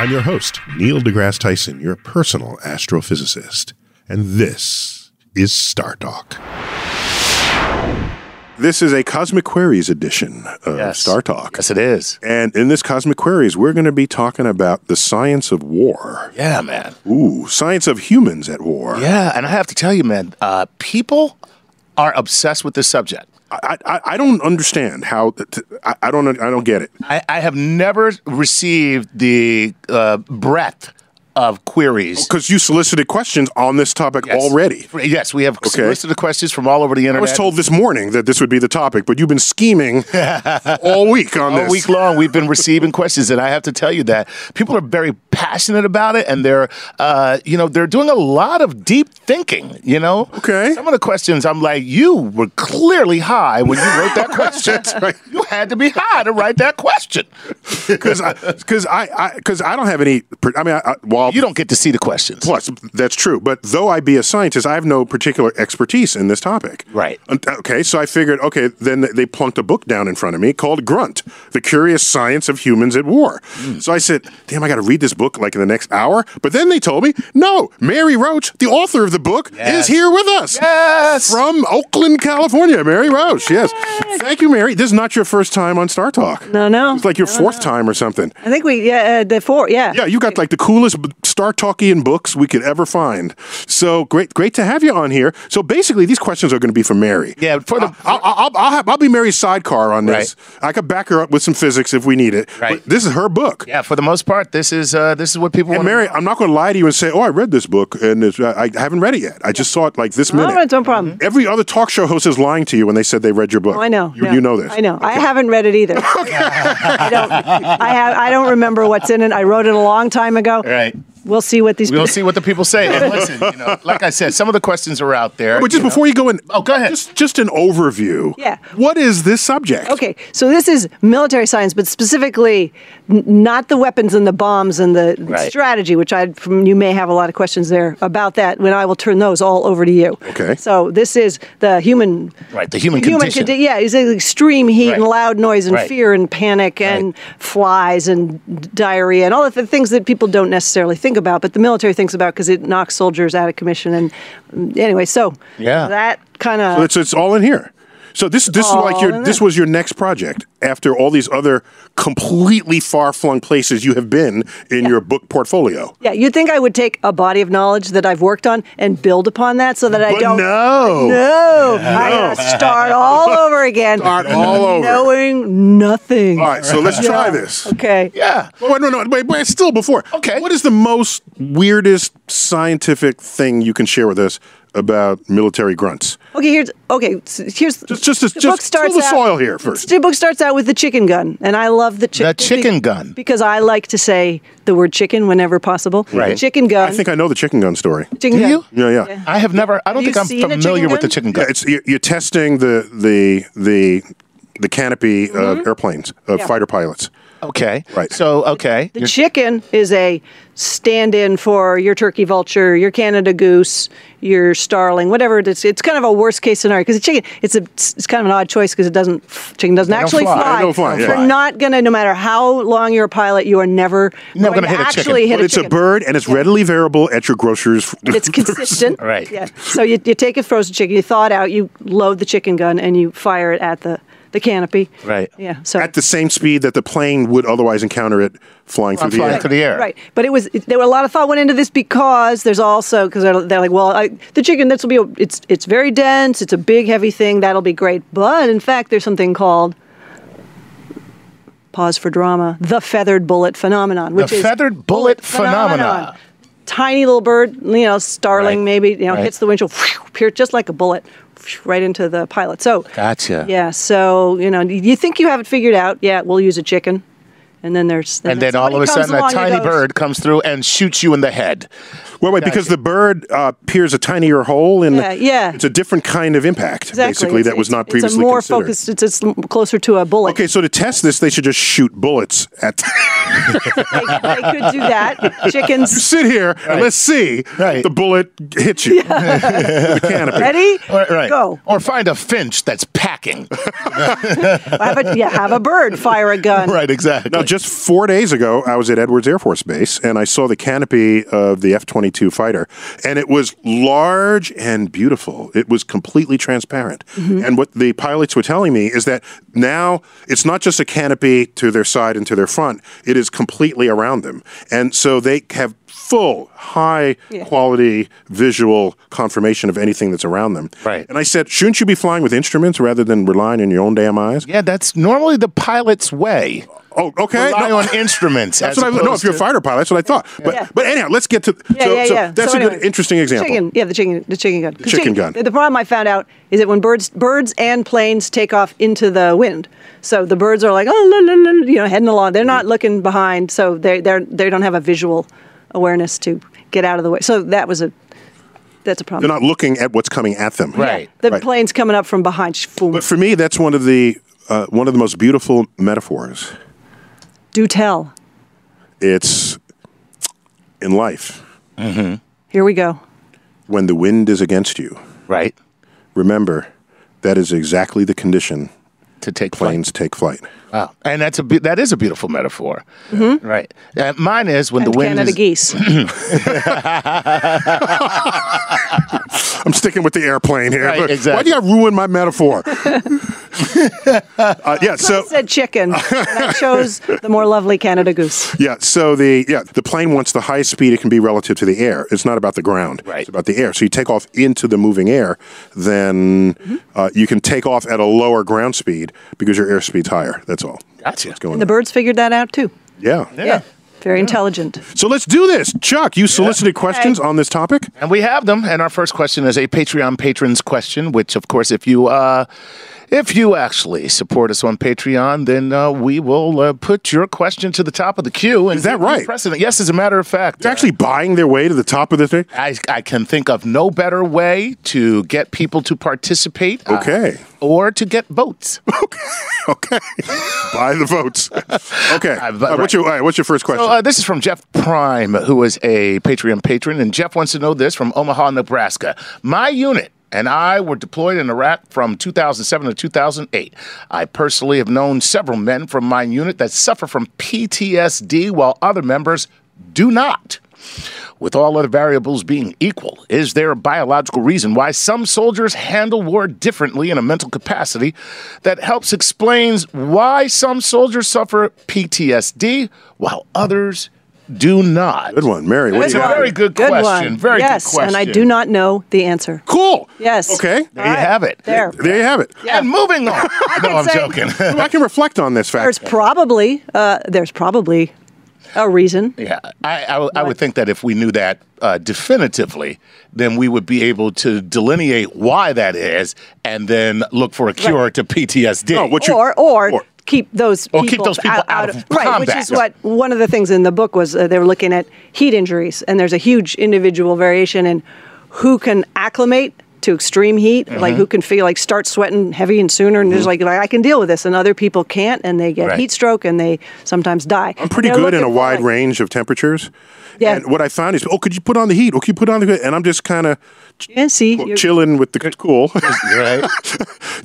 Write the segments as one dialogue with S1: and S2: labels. S1: I'm your host, Neil deGrasse Tyson, your personal astrophysicist, and this is Star Talk. This is a Cosmic Queries edition of
S2: Yes.
S1: Star Talk.
S2: Yes, it is.
S1: And in this Cosmic Queries, we're going to be talking about the science of war.
S2: Yeah, man.
S1: Ooh, science of humans at war.
S2: Yeah, and I have to tell you, man, uh, people are obsessed with this subject.
S1: I, I, I don't understand how. T- I, I don't. I don't get it.
S2: I, I have never received the uh, breadth of queries.
S1: Because you solicited questions on this topic
S2: Yes.
S1: already.
S2: Yes, we have solicited questions from all over the
S1: I
S2: internet.
S1: was told this morning that this would be the topic, but you've been scheming all week on
S2: all
S1: this.
S2: week long we've been receiving questions and i have to tell you that people are very passionate about it and they're uh, you know they're doing a lot of deep thinking you know
S1: Okay.
S2: some of the questions i'm like you were clearly high when you wrote that question
S1: That's right.
S2: you had to be high to write that question
S1: Because because I because I, don't have any. per- I mean, I, I, well,
S2: you don't get to see the questions
S1: Plus, that's true. But though I be a scientist, I have no particular expertise in this topic.
S2: Right.
S1: Un- Okay, so I figured, okay, then they plunked a book down in front of me called Grunt, The Curious Science of Humans at War.
S2: Hmm.
S1: So I said, damn, I got to read this book like in the next hour. But then they told me, no, Mary Roach, the author of the book,
S2: Yes.
S1: is here with us.
S2: yes
S1: From Oakland, California, Mary Roach. Yes. Thank you, Mary. This is not your first time on Star Talk.
S3: No, no.
S1: It's like your fourth time or something.
S3: I think we yeah uh, the four yeah.
S1: Yeah, you got like the coolest b- Star Talkian books we could ever find. So great, great to have you on here. So basically, these questions are going to be for Mary.
S2: yeah for the
S1: I'll, I'll, I'll- I'll, have, I'll be Mary's sidecar on this. I could back her up with some physics if we need it.
S2: Right.
S1: But this is her book.
S2: yeah for the most part this is uh, this is what people
S1: And
S2: want
S1: Mary, I'm not going to lie to you and say, "Oh, I read this book and it's, I, I haven't read it yet. I just saw it like this
S3: All
S1: minute." Mm-hmm.
S3: right, Oh, no problem.
S1: Every other talk show host is lying to you when they said they read your book.
S3: Oh, I know.
S1: You,
S3: yeah.
S1: you know this.
S3: I know. I haven't read it either. I don't. I have. I don't remember what's in it. I wrote it a long time ago.
S2: right
S3: We'll see what these.
S2: We'll see what the people say. And listen, you know, like I said, some of the questions are out there.
S1: But
S2: you
S1: just
S2: know.
S1: before you go in,
S2: Oh, go ahead.
S1: Just, just an overview.
S3: Yeah.
S1: What is this subject?
S3: Okay, so this is military science, but specifically n- not the weapons and the bombs and the
S2: Right.
S3: strategy, which I from you may have a lot of questions there about that. When I will turn those all over to you.
S1: Okay.
S3: So this is the human.
S2: Right, the human condition.
S3: condi- yeah, it's like extreme heat and
S2: Right.
S3: loud noise and
S2: Right.
S3: fear and panic and flies and diarrhea and all the th- things that people don't necessarily think about, but the military thinks about because it knocks soldiers out of commission. And mm, anyway, so
S2: Yeah.
S3: that kind
S1: So
S3: of
S1: it's it's all in here. So this this is like
S3: all
S1: your
S3: in
S1: this
S3: there.
S1: was your next project after all these other completely far flung places you have been in your book portfolio.
S3: Yeah, you'd think I would take a body of knowledge that I've worked on and build upon that so that I
S1: But
S3: don't.
S1: no.
S3: No, I gotta start all over again.
S1: Start all over.
S3: Knowing nothing.
S1: All right, so let's try this.
S3: Okay.
S2: yeah.
S1: Oh, wait, no, no, wait, wait, still before.
S2: Okay.
S1: What is the most weirdest scientific thing you can share with us about military grunts.
S3: Okay, here's okay. so Here's
S1: Just- just- just-
S3: the
S1: just
S3: book starts
S1: till the
S3: out-
S1: soil here first.
S3: The book starts out with the chicken gun, and I love the chicken.
S2: The chicken gun.
S3: because I like to say the word chicken whenever possible.
S2: Right.
S3: The chicken gun.
S1: I think I know the chicken gun story.
S3: chicken
S2: Do
S3: gun.
S2: you?
S1: Yeah, yeah.
S2: I have never. I don't
S3: Have
S2: think
S3: you
S2: I'm
S3: seen a chicken
S2: familiar with the
S3: gun?
S2: chicken
S1: Yeah,
S2: gun.
S1: it's you're, you're testing the the the the canopy of
S3: Mm-hmm.
S1: airplanes of fighter pilots.
S2: okay.
S1: Right.
S2: So okay.
S3: The
S2: You're-
S3: chicken is a stand-in for your turkey vulture, your Canada goose, your starling, whatever. It's it's kind of a worst-case scenario because chicken. It's a it's kind of an odd choice because it doesn't chicken doesn't
S2: don't
S3: actually
S2: fly.
S3: fly.
S1: They don't fly, yeah.
S3: You're not gonna no matter how long you're a pilot, you are never
S2: Never
S3: going
S2: gonna
S3: to
S2: hit a chicken.
S3: actually hit
S1: But
S3: a
S1: it's a
S3: chicken.
S1: bird and it's readily variable at your grocer's.
S3: It's consistent.
S2: Right.
S3: Yeah. So you, you take a frozen chicken, you thaw it out, you load the chicken gun, and you fire it at the, the canopy.
S2: Right.
S3: Yeah. So
S1: at the same speed that the plane would otherwise encounter it flying through the
S2: flying
S1: air.
S2: through the air.
S3: Right. But it was it- there were a lot of thought went into this because there's also because they're, they're like, well, I, the chicken this will be a, it's it's very dense, it's a big heavy thing, that'll be great. But in fact, there's something called pause for drama, the feathered bullet phenomenon, which is
S2: feathered bullet phenomena.
S3: Tiny little bird, you know, starling
S2: Right.
S3: maybe, you know,
S2: Right.
S3: hits the windshield, phew, pierce- just like a bullet, phew, right into the pilot. So
S2: Gotcha.
S3: yeah, so you know, you think you have it figured out? Yeah, we'll use a chicken, and then there's
S2: And then all of a
S3: somebody comes
S2: sudden, a
S3: along and
S2: tiny
S3: goes,
S2: bird comes through and shoots you in the head.
S1: Well, wait, because the bird uh, peers a tinier hole in.
S3: Yeah, yeah.
S1: It's a different kind of impact,
S3: Exactly.
S1: basically,
S3: It's-
S1: that was
S3: it's-
S1: not previously
S3: It's a more
S1: considered.
S3: focused. It's, it's closer to a bullet.
S1: Okay, so to test this, they should just shoot bullets at.
S3: they, they could do that. Chickens
S1: Sit here and let's see
S2: Right.
S1: the bullet hit you. the canopy.
S3: ready?
S2: Right, right.
S3: Go.
S2: Or find a finch that's packing.
S3: Have a, yeah, have a bird fire a gun.
S2: right, exactly.
S1: Now, just four days ago, I was at Edwards Air Force Base and I saw the canopy of the F 22 fighter, and it was large and beautiful. It was completely transparent. And what the pilots were telling me is that now it's not just a canopy to their side and to their front, it is completely around them. And so they have full, high
S3: Yeah.
S1: quality visual confirmation of anything that's around them.
S2: Right.
S1: And I said, shouldn't you be flying with instruments rather than relying on your own damn eyes?
S2: yeah, that's normally the pilot's way.
S1: Oh, okay.
S2: Rely
S1: No.
S2: on instruments.
S1: That's
S2: as
S1: what I no.
S2: opposed
S1: If you're
S2: to-
S1: a fighter pilot, that's what I thought. But
S3: Yeah.
S1: but anyhow, let's get to.
S3: Yeah,
S1: so,
S3: yeah,
S1: so
S3: yeah.
S1: That's
S3: So
S1: a
S3: anyway,
S1: good, interesting example.
S3: Chicken, yeah, the chicken, the chicken gun. 'Cause
S1: Chicken gun.
S3: The problem I found out is that when birds, birds and planes take off into the wind, so the birds are like, oh, la, la, la, you know, heading along. They're
S1: Mm-hmm.
S3: not looking behind, so they they they don't have a visual awareness to get out of the way. So that was a that's a
S1: They're
S3: problem.
S1: not looking at what's coming at them.
S2: Right.
S3: the
S1: right.
S3: plane's coming up from behind. Sh- foom.
S1: But for me, that's one of the uh, one of the most beautiful metaphors.
S3: Do tell.
S1: It's in life
S3: Here we go.
S1: when the wind is against you.
S2: Right.
S1: Remember, that is exactly the condition
S2: To take planes.
S1: planes take flight.
S2: Wow. And that's a be- that is a beautiful metaphor. Right. Uh, mine is when
S3: And
S2: the wind
S3: Mm-hmm. Canada
S2: is
S3: geese.
S1: I'm sticking with the airplane here.
S2: Right,
S1: but Why
S2: exactly.
S1: do you gotta ruin my metaphor? uh, yeah. So
S3: I said chicken, and I chose the more lovely Canada goose.
S1: Yeah. So the yeah the plane wants the highest speed it can be relative to the air. It's not about the ground.
S2: Right.
S1: It's about the air. So you take off into the moving air, then
S2: Mm-hmm.
S1: uh, you can take off at a lower ground speed because your airspeed's higher. That's all.
S2: Gotcha.
S1: What's going
S3: And the
S1: on.
S3: birds figured that out too.
S1: yeah.
S3: Yeah. Very intelligent.
S1: So let's do this, Chuck. You solicited questions on this topic.
S2: And we have them. And our first question is a Patreon patrons question, which, of course, if you uh, if you actually support us on Patreon, then uh, we will uh, put your question to the top of the queue. And
S1: Is that
S2: give you
S1: right?
S2: Precedent. Yes, as a matter of fact. uh,
S1: They're actually buying their way to the top of the thing.
S2: I, I can think of no better way to get people to participate uh,
S1: Okay.
S2: or to get votes.
S1: Okay. Buy the votes. Okay.
S2: Uh, but-
S1: Uh, what's your all right, what's your first question?
S2: So, uh, this is from Jeff Prime, who is a Patreon patron, and Jeff wants to know this from Omaha, Nebraska. My unit and I were deployed in Iraq from 2007 to 2008. I personally have known several men from my unit that suffer from PTSD, while other members do not. With all other variables being equal, is there a biological reason why some soldiers handle war differently in a mental capacity that helps explains why some soldiers suffer PTSD while others do not?
S1: good one, Mary. What
S3: Good
S1: do you
S2: a
S1: got?
S2: very
S3: one.
S2: good question.
S3: one.
S2: Very good
S3: yes, and I
S2: question.
S3: do not know the answer.
S1: Cool.
S3: Yes.
S1: Okay.
S3: All
S2: There you have it.
S3: There.
S1: There you have it.
S3: Yeah.
S2: And moving on. no,
S3: could
S2: I'm
S3: say-
S2: joking.
S1: I can reflect on this fact.
S3: There's probably uh, there's probably a reason.
S2: Yeah, I, I, I would think that if we knew that uh, definitively, then we would be able to delineate why that is, and then look for a cure to PTSD.
S1: No, what you-
S3: or, or
S1: or-
S3: keep those people
S2: Or keep those people out of
S3: right, which
S2: combat.
S3: is what one of the things in the book was uh, they were looking at heat injuries, and there's a huge individual variation in who can acclimate to extreme heat, like
S2: Mm-hmm.
S3: who can feel like start sweating heavy and sooner, and there's like, like I can deal with this, and other people can't, and they get
S2: Right.
S3: heat stroke and they sometimes die.
S1: I'm pretty good in a wide range of temperatures.
S3: Yeah.
S1: And what I found is, oh, could you put on the heat? Oh, could you put on the heat? And I'm just kind of
S3: And see, you're-
S1: chilling with the cool.
S2: right?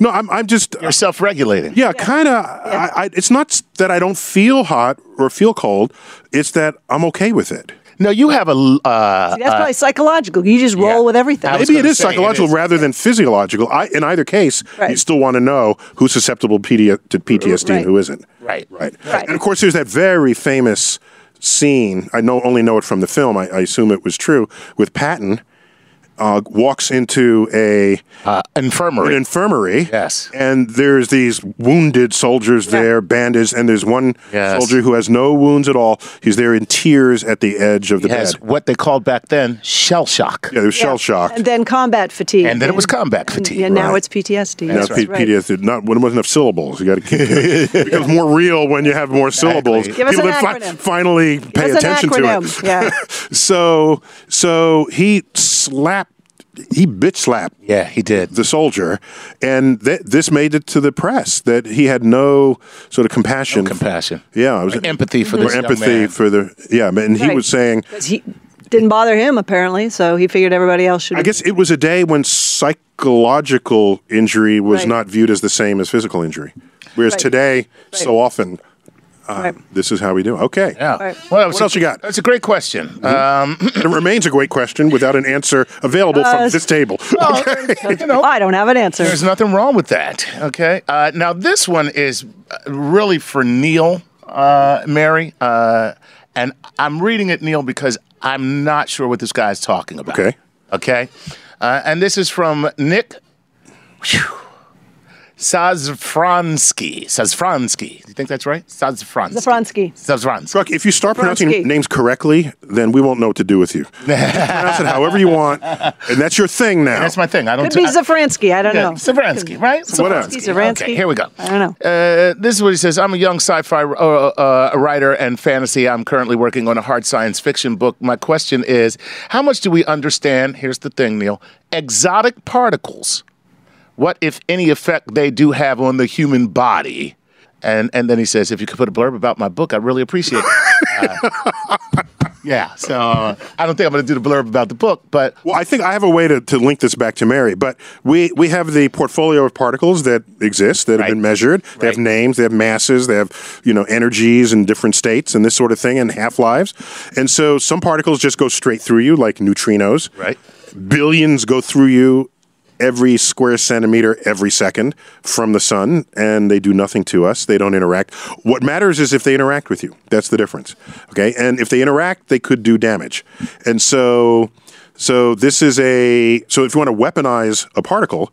S1: no, I'm, I'm just,
S2: You're self-regulating.
S1: yeah, kind of. I, I, it's not s- that I don't feel hot or feel cold. It's that I'm okay with it.
S2: No, you have a l- uh,
S3: that's probably psychological. You just roll
S2: yeah.
S3: with everything.
S2: I was
S1: Maybe it
S2: gonna
S1: is
S2: say, it
S1: psychological
S2: is.
S1: rather than physiological. I, in either case, you
S3: Right.
S1: still want to know who's susceptible PD to PTSD and
S3: Right.
S1: who isn't.
S2: Right.
S1: Right.
S3: Right.
S1: And of course, there's that very famous scene. I know only know it from the film. I, I assume it was true. With Patton, uh, walks into a
S2: uh, infirmary.
S1: an infirmary.
S2: Yes.
S1: And there's these wounded soldiers there, bandaged, and there's one
S2: Yes.
S1: soldier who has no wounds at all. He's there in tears at the edge of the
S2: He has
S1: bed.
S2: what they called back then shell shock,
S1: Yeah, they were shell shocked.
S3: And then combat fatigue.
S2: and then it was combat fatigue.
S3: Yeah, now
S2: right?
S3: it's PTSD.
S1: Now,
S3: That's
S1: P-
S3: right.
S1: PTSD, not when it wasn't enough syllables. You got to keep it becomes more real when you have more syllables.
S3: Give us
S1: People that
S3: an
S1: fi-
S3: acronym.
S1: finally pay
S3: That's an
S1: attention
S3: acronym.
S1: to it.
S3: Yeah.
S1: So, so he slapped, he bitch slapped
S2: yeah, he did.
S1: the soldier, and th- this made it to the press that he had no sort of compassion.
S2: Compassion.
S1: yeah, I was
S2: Empathy for
S1: or
S2: this young
S1: empathy
S2: man.
S1: for the yeah, and he
S3: Right.
S1: was saying.
S3: 'Cause he didn't bother him apparently, so he figured everybody else should.
S1: I guess it was a day when psychological injury was
S3: Right.
S1: not viewed as the same as physical injury, whereas
S3: Right.
S1: today, so often, um,
S3: Right.
S1: this is how we do. it. Okay,
S2: Yeah.
S3: right.
S2: Well, that was
S1: What else you got? Mm-hmm.
S2: That's a great question. Um,
S1: it remains a great question without an answer available from
S3: Uh,
S1: this table.
S2: you know,
S3: I don't have an answer.
S2: There's nothing wrong with that. Okay. Uh, now this one is uh, really for Neil, uh, Mary, uh, and I'm reading it, Neil, because I'm not sure what this guy's talking about.
S1: Okay.
S2: Okay. Uh, and this is from Nick. whew, Sazfransky. Sazfransky. Do you think that's right? Sazfransky.
S3: Zafransky.
S2: Sazfransky.
S1: Brooke, if you start pronouncing
S3: Brodsky.
S1: names correctly, then we won't know what to do with you. Just pronounce it however you want, and that's your thing now.
S2: That's my thing. I don't.
S3: Could be
S2: I-
S3: Zafransky. I don't
S2: Yeah,
S3: know.
S2: Savransky, right?
S1: Whatever.
S2: Savransky.
S3: Savransky.
S2: Okay, here we go.
S3: I don't know.
S2: Uh, this is what he says. I'm a young sci-fi uh, uh, writer and fantasy. I'm currently working on a hard science fiction book. My question is, how much do we understand? Here's the thing, Neil. Exotic particles. What, if any, effect they do have on the human body? And and then he says, if you could put a blurb about my book, I'd really appreciate it. Uh, yeah. So uh, I don't think I'm going to do the blurb about the book, but
S1: Well, I think I have a way to, to link this back to Mary, but we, we have the portfolio of particles that exist that have been measured. They have
S2: Right.
S1: names, they have masses, they have you know energies and different states and this sort of thing and half lives. And so some particles just go straight through you, like neutrinos.
S2: Right.
S1: Billions go through you every square centimeter every second from the sun, and they do nothing to us. They don't interact. What matters is if they interact with you. That's the difference. Okay, and if they interact, they could do damage. And so, so this is a so if you want to weaponize a particle,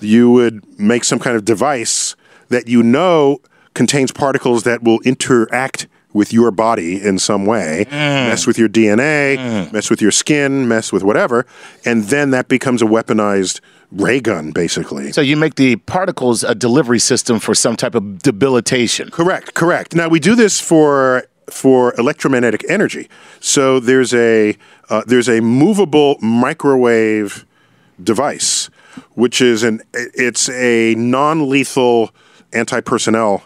S1: you would make some kind of device that you know contains particles that will interact with your body in some way, mess with your DNA, mess with your skin, mess with whatever, and then that becomes a weaponized ray gun, basically.
S2: So you make the particles a delivery system for some type of debilitation.
S1: Correct, correct. Now we do this for for electromagnetic energy. So there's a uh, there's a movable microwave device, which is an it's a non-lethal anti-personnel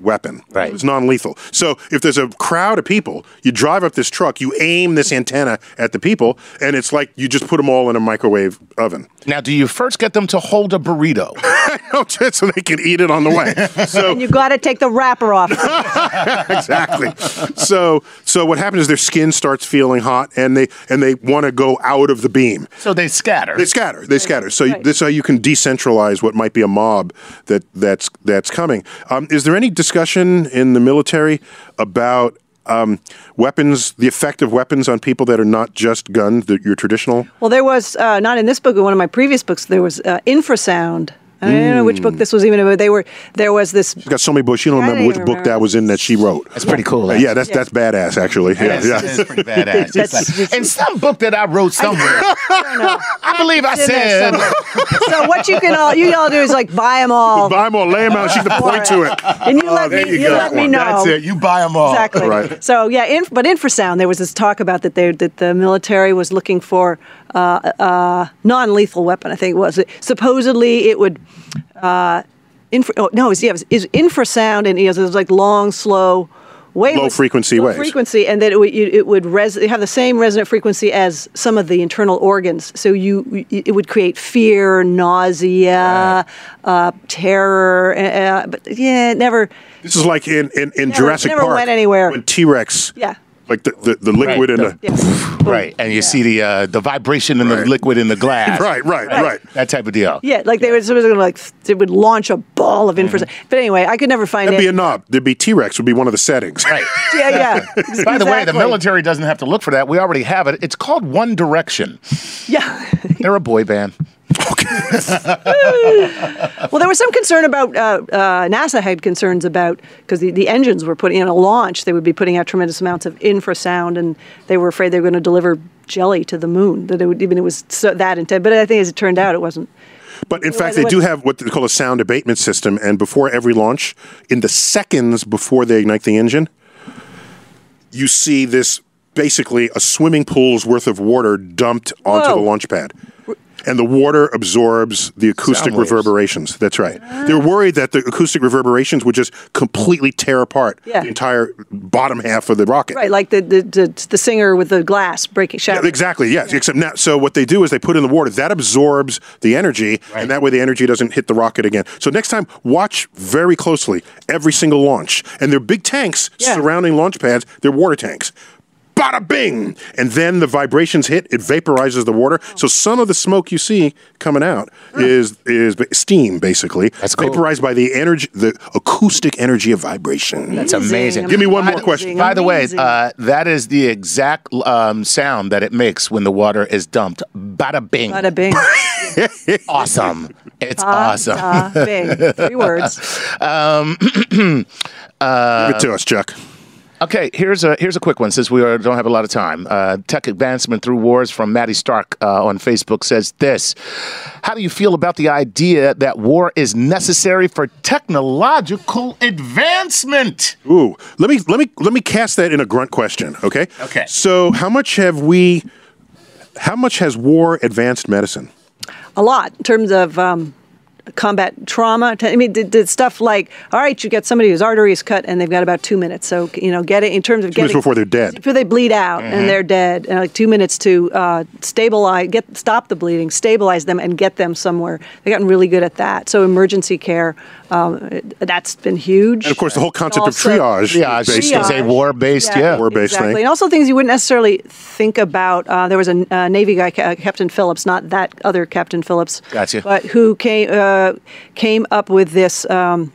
S1: weapon.
S2: Right.
S1: It's non-lethal. So if there's a crowd of people, you drive up this truck, you aim this antenna at the people, and it's like you just put them all in a microwave oven.
S2: Now, do you first get them to hold a burrito?
S1: Just so they can eat it on the way. So
S3: And you got to take the wrapper off. That's
S1: exactly. So so what happens is their skin starts feeling hot and they and they want to go out of the beam.
S2: so they scatter.
S1: They scatter. They scatter. So you this is how you can decentralize what might be a mob that that's that's coming. Um, is there any discussion in the military about um, weapons, the effect of weapons on people that are not just guns, that your traditional?
S3: well, there was uh, not in this book, but one of my previous books, there was uh, infrasound I don't
S1: Hmm.
S3: know which book this was even about. They were there was this
S1: She's got so many books. She don't
S3: I don't
S1: remember which
S3: even
S1: book
S3: remember.
S1: that was in that she wrote.
S2: That's pretty cool.
S1: Uh,
S2: actually.
S1: yeah, that's that's badass actually. Yeah,
S2: That's,
S1: yeah.
S2: that's pretty badass. It's
S3: That's-
S2: like- and some book that I wrote somewhere. I, believe I
S3: in there
S2: said.
S3: somewhere. so what you can all you all do is like buy them all,
S1: Buy them all, lay them out. She can point to it.
S3: and you let me
S1: you
S3: you,
S1: go.
S3: let me know.
S2: That's it. You buy them all.
S3: Exactly.
S1: Oh, Right.
S3: So yeah, in, but infrasound. There was this talk about that they that the military was looking for uh, uh, non-lethal weapon. I think it was supposedly it would. Uh, infra, oh, no, it was, yeah, it was, it was infrasound and you know, it was like long, slow, wavelength,
S1: frequency
S3: low
S1: waves.
S3: frequency, and that it would, it would res, have the same resonant frequency as some of the internal organs. So you it would create fear, nausea, uh, terror. Uh, but yeah, it never.
S1: This is like in in, in
S3: Never-
S1: Jurassic
S3: never
S1: Park.
S3: went anywhere.
S1: When T Rex.
S3: Yeah.
S1: Like the, the, the liquid
S2: Right,
S1: and
S2: the-
S1: the,
S3: Yes.
S2: Right. And you see the uh, the vibration in the
S1: Right.
S2: liquid in the glass.
S1: right, right, right.
S2: That type of deal.
S3: Yeah, like they were sort of gonna like it would launch a ball of infrasound.
S2: Mm-hmm.
S3: But anyway, I could never find
S1: That'd
S3: it.
S1: be a knob. There'd be T Rex would be one of the settings.
S2: Right.
S3: yeah, yeah.
S2: By the way, the
S3: Exactly.
S2: military doesn't have to look for that. We already have it. It's called One Direction.
S3: Yeah.
S2: They're a boy band.
S3: Well, there was some concern about uh, uh, NASA had concerns about because the, the engines were putting in a launch, they would be putting out tremendous amounts of infrasound, and they were afraid they were going to deliver jelly to the moon. That it would even it was so, that intense. But I think as it turned out, it wasn't.
S1: But in fact,
S3: it
S1: they do
S3: was-
S1: have what they call a sound abatement system. And before every launch, in the seconds before they ignite the engine, you see this basically a swimming pool's worth of water dumped onto
S3: Whoa.
S1: the launch pad. And the water absorbs the acoustic
S2: Sound waves.
S1: reverberations. That's right.
S3: Ah.
S1: They're worried that the acoustic reverberations would just completely tear apart
S3: Yeah.
S1: the entire bottom half of the rocket.
S3: Right, like the the, the, the singer with the glass breaking
S1: Yeah,
S3: shattering.
S1: exactly. Yes. Except now, so what they do is they put in the water that absorbs the energy, and that way the energy doesn't hit the rocket again. So next time, watch very closely every single launch, and they're big tanks
S3: Yeah.
S1: surrounding launch pads. They're water tanks. Bada bing! And then the vibrations hit; it vaporizes the water. So some of the smoke you see coming out is is ba- steam, basically.
S2: That's cool.
S1: Vaporized by the energy, the acoustic energy of vibration.
S2: That's amazing.
S1: Give me one more question.
S2: By the way,
S3: amazing.
S2: uh, that is the exact um, sound that it makes when the water is dumped. Bada bing.
S3: Bada bing,
S2: Awesome. It's awesome.
S3: bada bing. Three words.
S2: Um,
S1: Give it to us, Chuck.
S2: Okay, here's a here's a quick one since we are, don't have a lot of time. Uh, Tech advancement through wars from Maddie Stark uh, on Facebook says this: How do you feel about the idea that war is necessary for technological advancement?
S1: Ooh, let me let me let me cast that in a grunt question, okay?
S2: Okay.
S1: So, how much have we? How much has war advanced medicine?
S3: a lot in terms of um, combat trauma. I mean, did, did stuff like, all right, you got somebody whose artery is cut and they've got about two minutes. So you know, get it in terms of
S1: minutes
S3: getting
S1: before they're dead. Mm-hmm.
S3: before they bleed out and they're dead. And like two minutes to uh, stabilize, get stop the bleeding, stabilize them, and get them somewhere. They've gotten really good at that. So emergency care, um, it- that's been huge.
S1: And of course, the whole concept of
S3: Also-
S1: triage.
S2: Triage
S1: is based
S2: is
S1: on-
S2: a war-based, yeah.
S1: War-based
S3: exactly.
S1: thing.
S3: And also things you wouldn't necessarily think about. Uh, there was a uh, Navy guy, Ca- Captain Phillips, not that other Captain Phillips.
S2: Gotcha.
S3: But who came uh, came up with this. Um,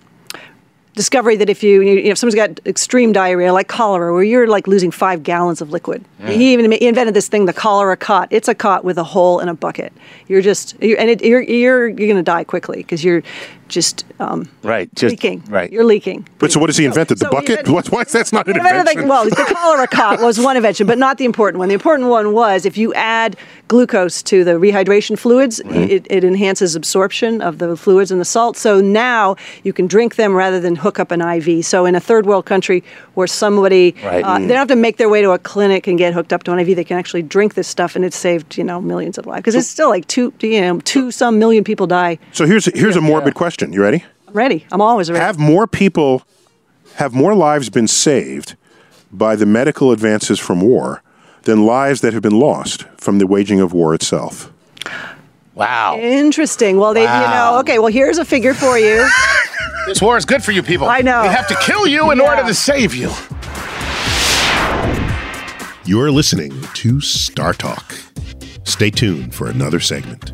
S3: Discovery that if you, you know, if someone's got extreme diarrhea like cholera, where you're like losing five gallons of liquid, he even he invented this thing, the cholera cot. It's a cot with a hole in a bucket. You're just, you're, and it, you're you're you're going to die quickly because you're just um,
S2: Right, just
S3: leaking.
S2: right.
S3: you're leaking.
S1: But so, what has he invented? The
S3: so he
S1: bucket?
S3: invented-
S1: What, why is that's not an
S3: Well, another
S1: invention?
S3: thing- well, the cholera cot was one invention, but not the important one. The important one was if you add glucose to the rehydration fluids, it, it enhances absorption of the fluids and the salt. So now you can drink them rather than hook up an IV. So in a third world country where somebody
S2: Right.
S3: uh, they don't have to make their way to a clinic and get hooked up to an IV, they can actually drink this stuff, and it's saved you know millions of lives because it's still like two you know two some million people die.
S1: so here's here's a morbid question. You ready?
S3: I'm ready. I'm always ready.
S1: Have more people, have more lives been saved by the medical advances from war than lives that have been lost from the waging of war itself?
S2: Wow,
S3: Interesting. Well, they you know okay. Well, here's a figure for you.
S2: this war is good for you people.
S3: I know.
S2: We have to kill you in
S3: Yeah.
S2: order to save you.
S4: You're listening to Star Talk. Stay tuned for another segment.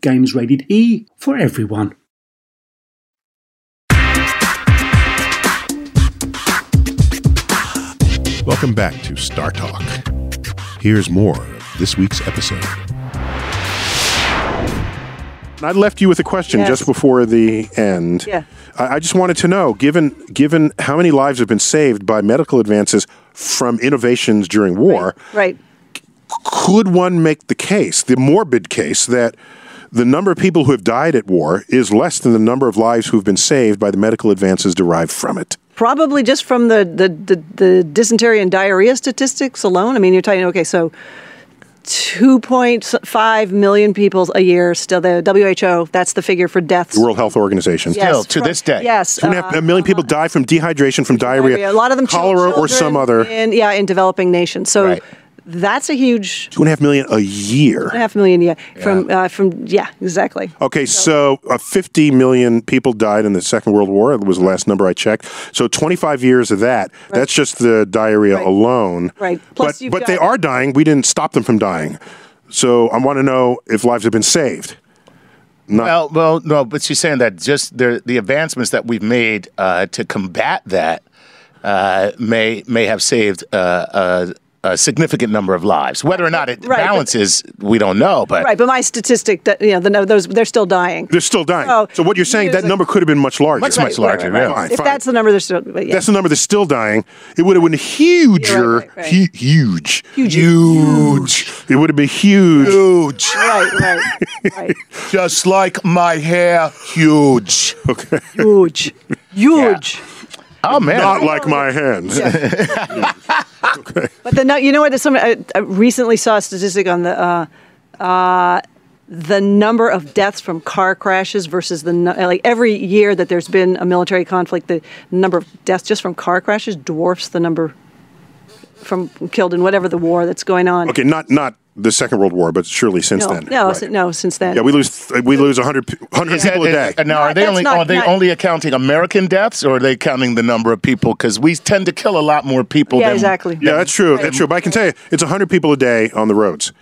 S5: games rated E for everyone.
S6: Welcome back to Star Talk. Here's more of this week's episode.
S1: And I left you with a question
S3: Yes.
S1: just before the end.
S3: Yeah.
S1: I, I just wanted to know, given given how many lives have been saved by medical advances from innovations during war,
S3: Right.
S1: could one make the case, the morbid case, that the number of people who have died at war is less than the number of lives who've been saved by the medical advances derived from it?
S3: Probably just from the, the, the, the dysentery and diarrhea statistics alone. I mean, you're talking, okay, so 2.5 million people a year still, the WHO, that's the figure for deaths.
S1: The World Health Organization.
S3: Yes,
S4: Still, to
S3: from-
S4: this day.
S3: Yes. uh,
S1: Two and a half- a million people die from dehydration, from diarrhea,
S3: diarrhea. A lot of them
S1: cholera, or some other. Two
S3: And yeah, in developing nations. So
S4: Right.
S3: that's a huge
S1: and a half million a year.
S3: two and a half million. Yeah, from uh, from yeah, exactly.
S1: Okay, so, uh, 50 million people died in the Second World War. It was the last number I checked. So 25 years of that. That's just the diarrhea alone.
S3: Right. Plus
S1: but
S3: you've
S1: but
S3: got-
S1: they are dying. We didn't stop them from dying. So I want to know if lives have been saved.
S4: Well, well, no, but she's saying that just the the advancements that we've made uh, to combat that uh, may may have saved uh, a, a significant number of lives. Whether or not it
S3: Right, but-
S4: balances, we don't know. But
S3: Right, but my statistic, that, you know, the, no, those they're still dying.
S1: They're still dying.
S3: Oh,
S1: so what you're saying,
S3: years
S1: that
S3: ago.
S1: number could have been much larger.
S4: Much, much larger,
S1: Fine,
S4: yeah.
S1: fine,
S3: if
S1: fine.
S3: that's the number, they're still. But yeah.
S1: That's the number that's still dying. It would have been huge,
S3: You're right, right, right.
S1: huge, huge, huge. It would have been huge.
S4: Huge,
S3: right, right, right.
S4: just like my hair, huge.
S3: Huge, huge.
S4: Oh man,
S1: Not like my hands.
S3: But the no, you know what? There's some. I, I recently saw a statistic on the. Uh, uh, the number of deaths from car crashes versus the nu- like every year that there's been a military conflict, the number of deaths just from car crashes dwarfs the number from killed in whatever the war that's going on.
S1: Okay, not not the Second World War, but surely since
S3: no,
S1: then.
S3: no,
S1: Right.
S3: si- no, since then.
S1: Yeah, we lose th- we lose 100, pe- 100
S4: Is that-
S1: people a day.
S4: is- Now, are
S3: Not-
S4: they
S3: that's
S4: only
S3: not-
S4: are they
S3: not-
S4: only accounting American deaths, or are they counting the number of people? Because we tend to kill a lot more people.
S3: yeah,
S4: than,
S3: exactly.
S1: yeah, that's true. That's true. But I can tell you, it's 100 people a day on the roads.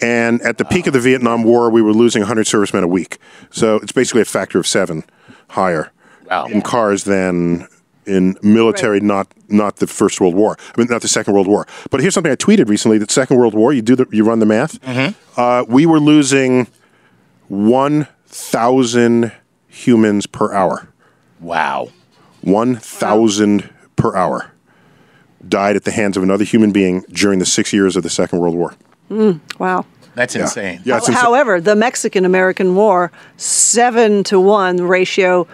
S1: And at the peak of the Vietnam War, we were losing 100 servicemen a week. So it's basically a factor of seven higher
S4: Wow.
S1: in cars than in military, not not the First World War. I mean, not the Second World War. But here's something I tweeted recently: that Second World War, you do the, you run the math.
S4: Mm-hmm.
S1: Uh, we were losing 1,000 humans per hour.
S4: Wow.
S1: 1,000 per hour died at the hands of another human being during the six years of the Second World War.
S3: Wow.
S2: That's insane.
S1: Yeah, it's
S3: How-
S1: insane.
S3: However, the Mexican American War, seven to one ratio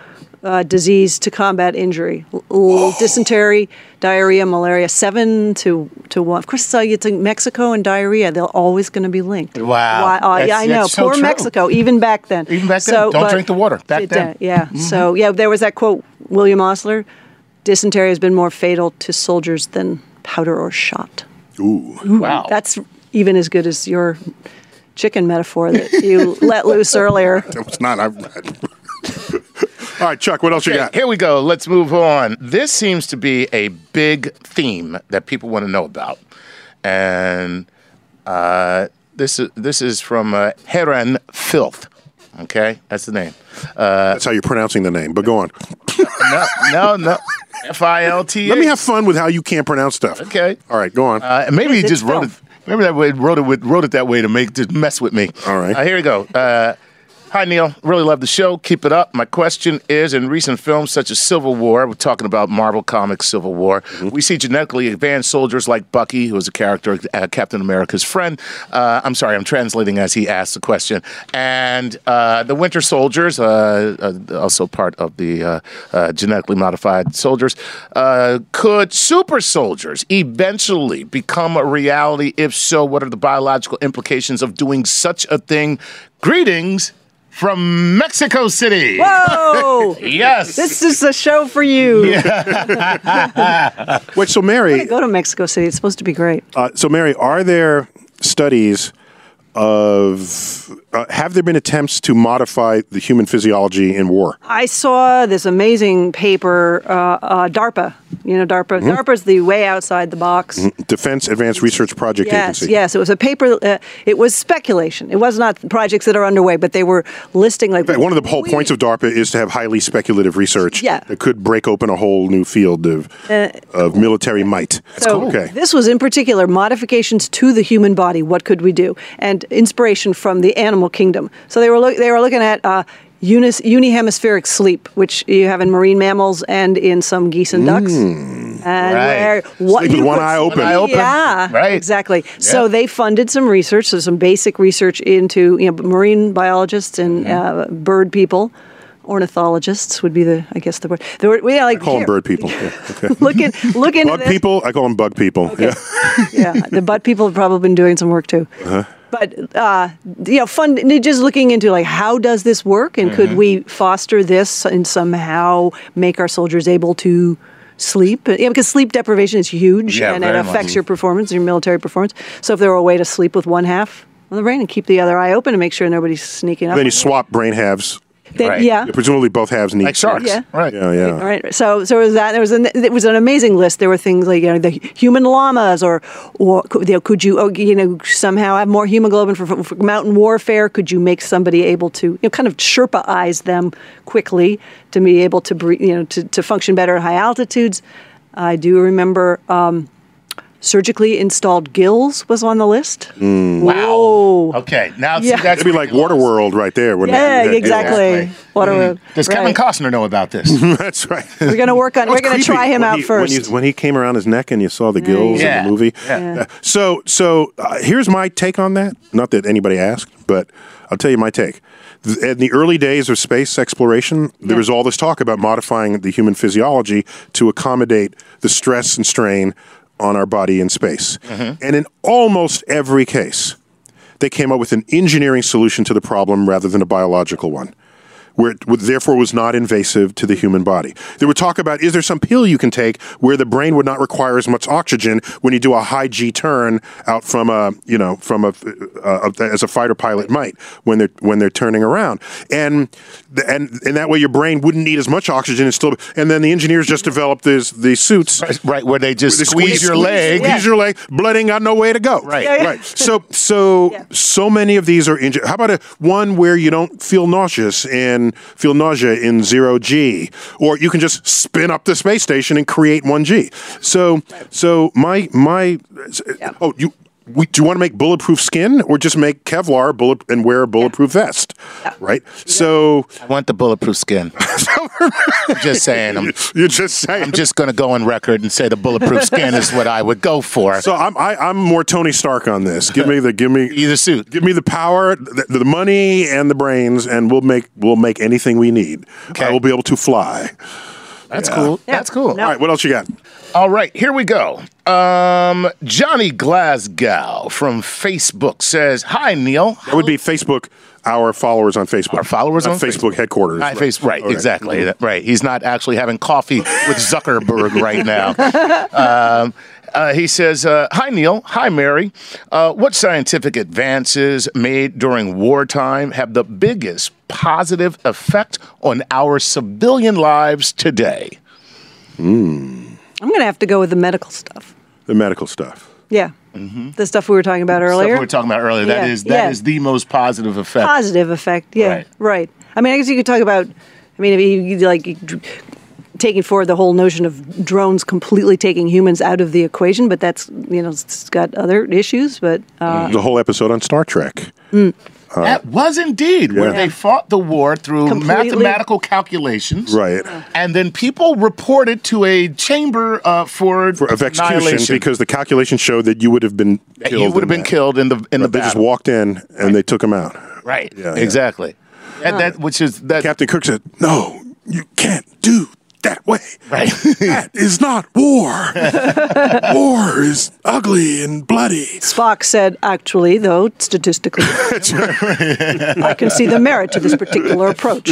S3: uh, disease to combat injury. L-
S2: Oh.
S3: l- dysentery, diarrhea, malaria, seven to, to one. Of course, so you think Mexico and diarrhea, they're always going to be linked.
S2: Wow.
S3: Why- oh,
S2: That's-
S3: yeah, I know.
S2: that's so
S3: Poor
S2: true.
S3: Mexico, even back then.
S2: Even back then. Don't drink the water. Back
S3: It- uh,
S2: then. Mm-hmm.
S3: Yeah. So, yeah, there was that quote, William Osler dysentery has been more fatal to soldiers than powder or shot. Hmm.
S2: Wow.
S3: That's even as good as your chicken metaphor that you let loose earlier.
S1: It's not. I've All right, Chuck, what else you
S2: Okay,
S1: got?
S2: Here we go. Let's move on. This seems to be a big theme that people want to know about, and uh, this is this is from uh, Heron Filth. Okay, that's the name.
S1: That's how you're pronouncing the name, but go on.
S2: No, no, no. F I L T.
S1: Let me have fun with how you can't pronounce stuff.
S2: Okay.
S1: All right, go on.
S2: Uh, and maybe he
S3: It's
S2: just wrote it.
S3: filth.
S2: Maybe that way wrote it with, wrote it that way to make to mess with me.
S1: All right.
S2: Uh, here we go. Uh, Hi Neil, really love the show. Keep it up. My question is: In recent films such as Civil War, we're talking about Marvel Comics Civil War. We see genetically advanced soldiers like Bucky, who is a character, uh, Captain America's friend. Uh, I'm sorry, I'm translating as he asked the question. And uh, the Winter Soldiers, uh, uh, also part of the uh, uh, genetically modified soldiers, uh, could super soldiers eventually become a reality? If so, what are the biological implications of doing such a thing? Greetings from Mexico City.
S1: Oh!
S3: Whoa!
S2: Yes.
S3: This is a show for you.
S1: Wait, so Mary,
S3: Go to Mexico City. It's supposed to be great.
S1: uh, so Mary, are there studies of uh, have there been attempts to modify the human physiology in war?
S3: I saw this amazing paper, uh, uh, DARPA. You know, DARPA.
S1: Mm-hmm.
S3: DARPA's the way outside the box.
S1: Defense Advanced Research Project
S3: Yes,
S1: Mm-hmm. Agency.
S3: yes. It was a paper. Uh, it was speculation. It was not projects that are underway, but they were listing like
S1: In fact, One of the whole points of DARPA is to have highly speculative research
S3: Yeah. Uh,
S1: that could break open a whole new field of, of military might.
S3: So
S1: Okay.
S3: this was in particular modifications to the human body. What could we do? And inspiration from the animal kingdom. So they were look they were looking at. Uh, Unis- unihemispheric sleep, which you have in marine mammals and in some geese and ducks, and
S2: right.
S3: where
S1: Mm,
S3: what
S1: Sleep with
S3: you
S1: one
S3: could-
S1: eye open. One eye
S2: open.
S3: yeah,
S2: Right.
S3: exactly. So they funded some research, so some basic research into you know marine biologists and
S1: Mm-hmm.
S3: uh, bird people, ornithologists would be the I guess the word. There were, yeah, like
S1: I call them
S3: here.
S1: bird people. Yeah, okay.
S3: Look at look into
S1: bug
S3: this
S1: people? I call them bug people. Yeah.
S3: yeah, the butt people have probably been doing some work too.
S1: Uh-huh.
S3: But uh, you know, fun. Just looking into like how does this work, and
S2: Mm-hmm.
S3: could we foster this and somehow make our soldiers able to sleep? Yeah, because sleep deprivation is huge,
S2: Yeah,
S3: and it
S2: very much.
S3: affects your performance, your military performance. So if there were a way to sleep with one half of the brain and keep the other eye open to make sure nobody's sneaking up,
S1: Then you swap brain halves.
S3: then-
S2: Right.
S3: yeah,
S1: Presumably both halves need
S2: like sharks.
S3: Yeah.
S2: Right.
S1: Yeah, yeah.
S3: All right. So, so it was that there was an it was an amazing list. There were things like you know the human llamas, or or could, you know, could you oh, you know somehow have more hemoglobin for, for mountain warfare? Could you make somebody able to you know kind of Sherpa-ize them quickly to be able to breathe, you know to, to function better at high altitudes? I do remember um, surgically installed gills was on the list. Whoa.
S2: Okay. Now
S3: Yeah.
S2: see, that's
S1: That'd be like Waterworld right there. wouldn't it?
S3: Yeah,
S1: That-
S3: exactly. What a
S2: Does Kevin
S3: right.
S2: Costner know about this?
S1: That's right.
S3: We're gonna work on.
S1: That was
S3: We're gonna
S1: creepy
S3: try him
S1: when
S3: out
S1: he-
S3: first.
S1: When, you- when he came around his neck and you saw the gills
S2: Yeah.
S1: in the movie.
S2: Yeah.
S1: Uh, So, so uh, here's my take on that. Not that anybody asked, but I'll tell you my take. Th- In the early days of space exploration, there was all this talk about modifying the human physiology to accommodate the stress and strain on our body in space. And in almost every case, they came up with an engineering solution to the problem rather than a biological one where it would, therefore was not invasive to the human body. They would talk about is there some pill you can take where the brain would not require as much oxygen when you do a high G turn out from a you know from a, uh uh as a fighter pilot might when they're when they're turning around and th- and and that way your brain wouldn't need as much oxygen and still and then the engineers just developed these these suits
S2: right where they just
S1: they
S2: squeeze, your leg.
S1: Squeeze your leg. Blood ain't got no way to go.
S2: Right.
S3: Yeah, yeah.
S1: Right. So so so many of these are injured. How about a one where you don't feel nauseous and feel nausea in zero G, or you can just spin up the space station and create one G. So so my my oh you. we, do you want to make bulletproof skin or just make Kevlar bullet and wear a bulletproof vest, right? So
S2: I want the bulletproof skin. just saying. I'm,
S1: you're just saying.
S2: I'm just going to go on record and say the bulletproof skin is what I would go for.
S1: so I'm I, I'm more Tony Stark on this. Give me the give me
S2: Either suit.
S1: give me the power, the, the money, and the brains, and we'll make we'll make anything we need.
S2: Okay.
S1: I will be able to fly.
S2: That's cool. That's cool.
S1: All right, what else you got?
S2: All right, here we go. Um, Johnny Glasgow from Facebook says, "Hi Neil,
S1: That would be Facebook. Our followers on Facebook. Our
S2: followers on
S1: Facebook, headquarters.
S2: Hi, face. Right,
S1: Okay.
S2: exactly. That- Right. He's not actually having coffee with Zuckerberg right now. Um, uh, he says, uh, Hi, Neil. Hi, Mary. Uh, what scientific advances made during wartime have the biggest positive effect on our civilian lives today?
S3: I'm going to have to go with the medical stuff.
S1: The medical stuff.
S3: Yeah. The stuff we were talking about
S2: Mm-hmm. Stuff we
S3: earlier.
S2: were talking about earlier. That
S3: Yeah,
S2: is that is
S3: yeah.
S2: the most positive effect.
S3: positive effect. Yeah,
S2: Right.
S3: right. I mean, I guess you could talk about. I mean, if you, you like you dr- taking forward the whole notion of drones completely taking humans out of the equation, but that's you know it's got other issues. But uh,
S2: Mm.
S1: the whole episode on Star Trek.
S2: that was indeed where
S1: Yeah.
S2: they fought the war through
S3: Completely-
S2: mathematical calculations.
S1: Right.
S2: And then people reported to a chamber uh, for,
S1: For, of execution
S2: annihilation.
S1: because the calculation showed that you would have been
S2: That
S1: killed.
S2: you would have
S1: in
S2: been
S1: that.
S2: killed in the in the
S1: They just
S2: battle.
S1: walked in and they took him out.
S2: Right.
S1: Yeah, yeah.
S2: exactly. And that which is that
S1: Captain Cook said, "No, you can't do that way.
S2: right.
S1: That is not war. war is ugly and bloody."
S3: Spock said, actually, though statistically, I can see the merit to this particular approach.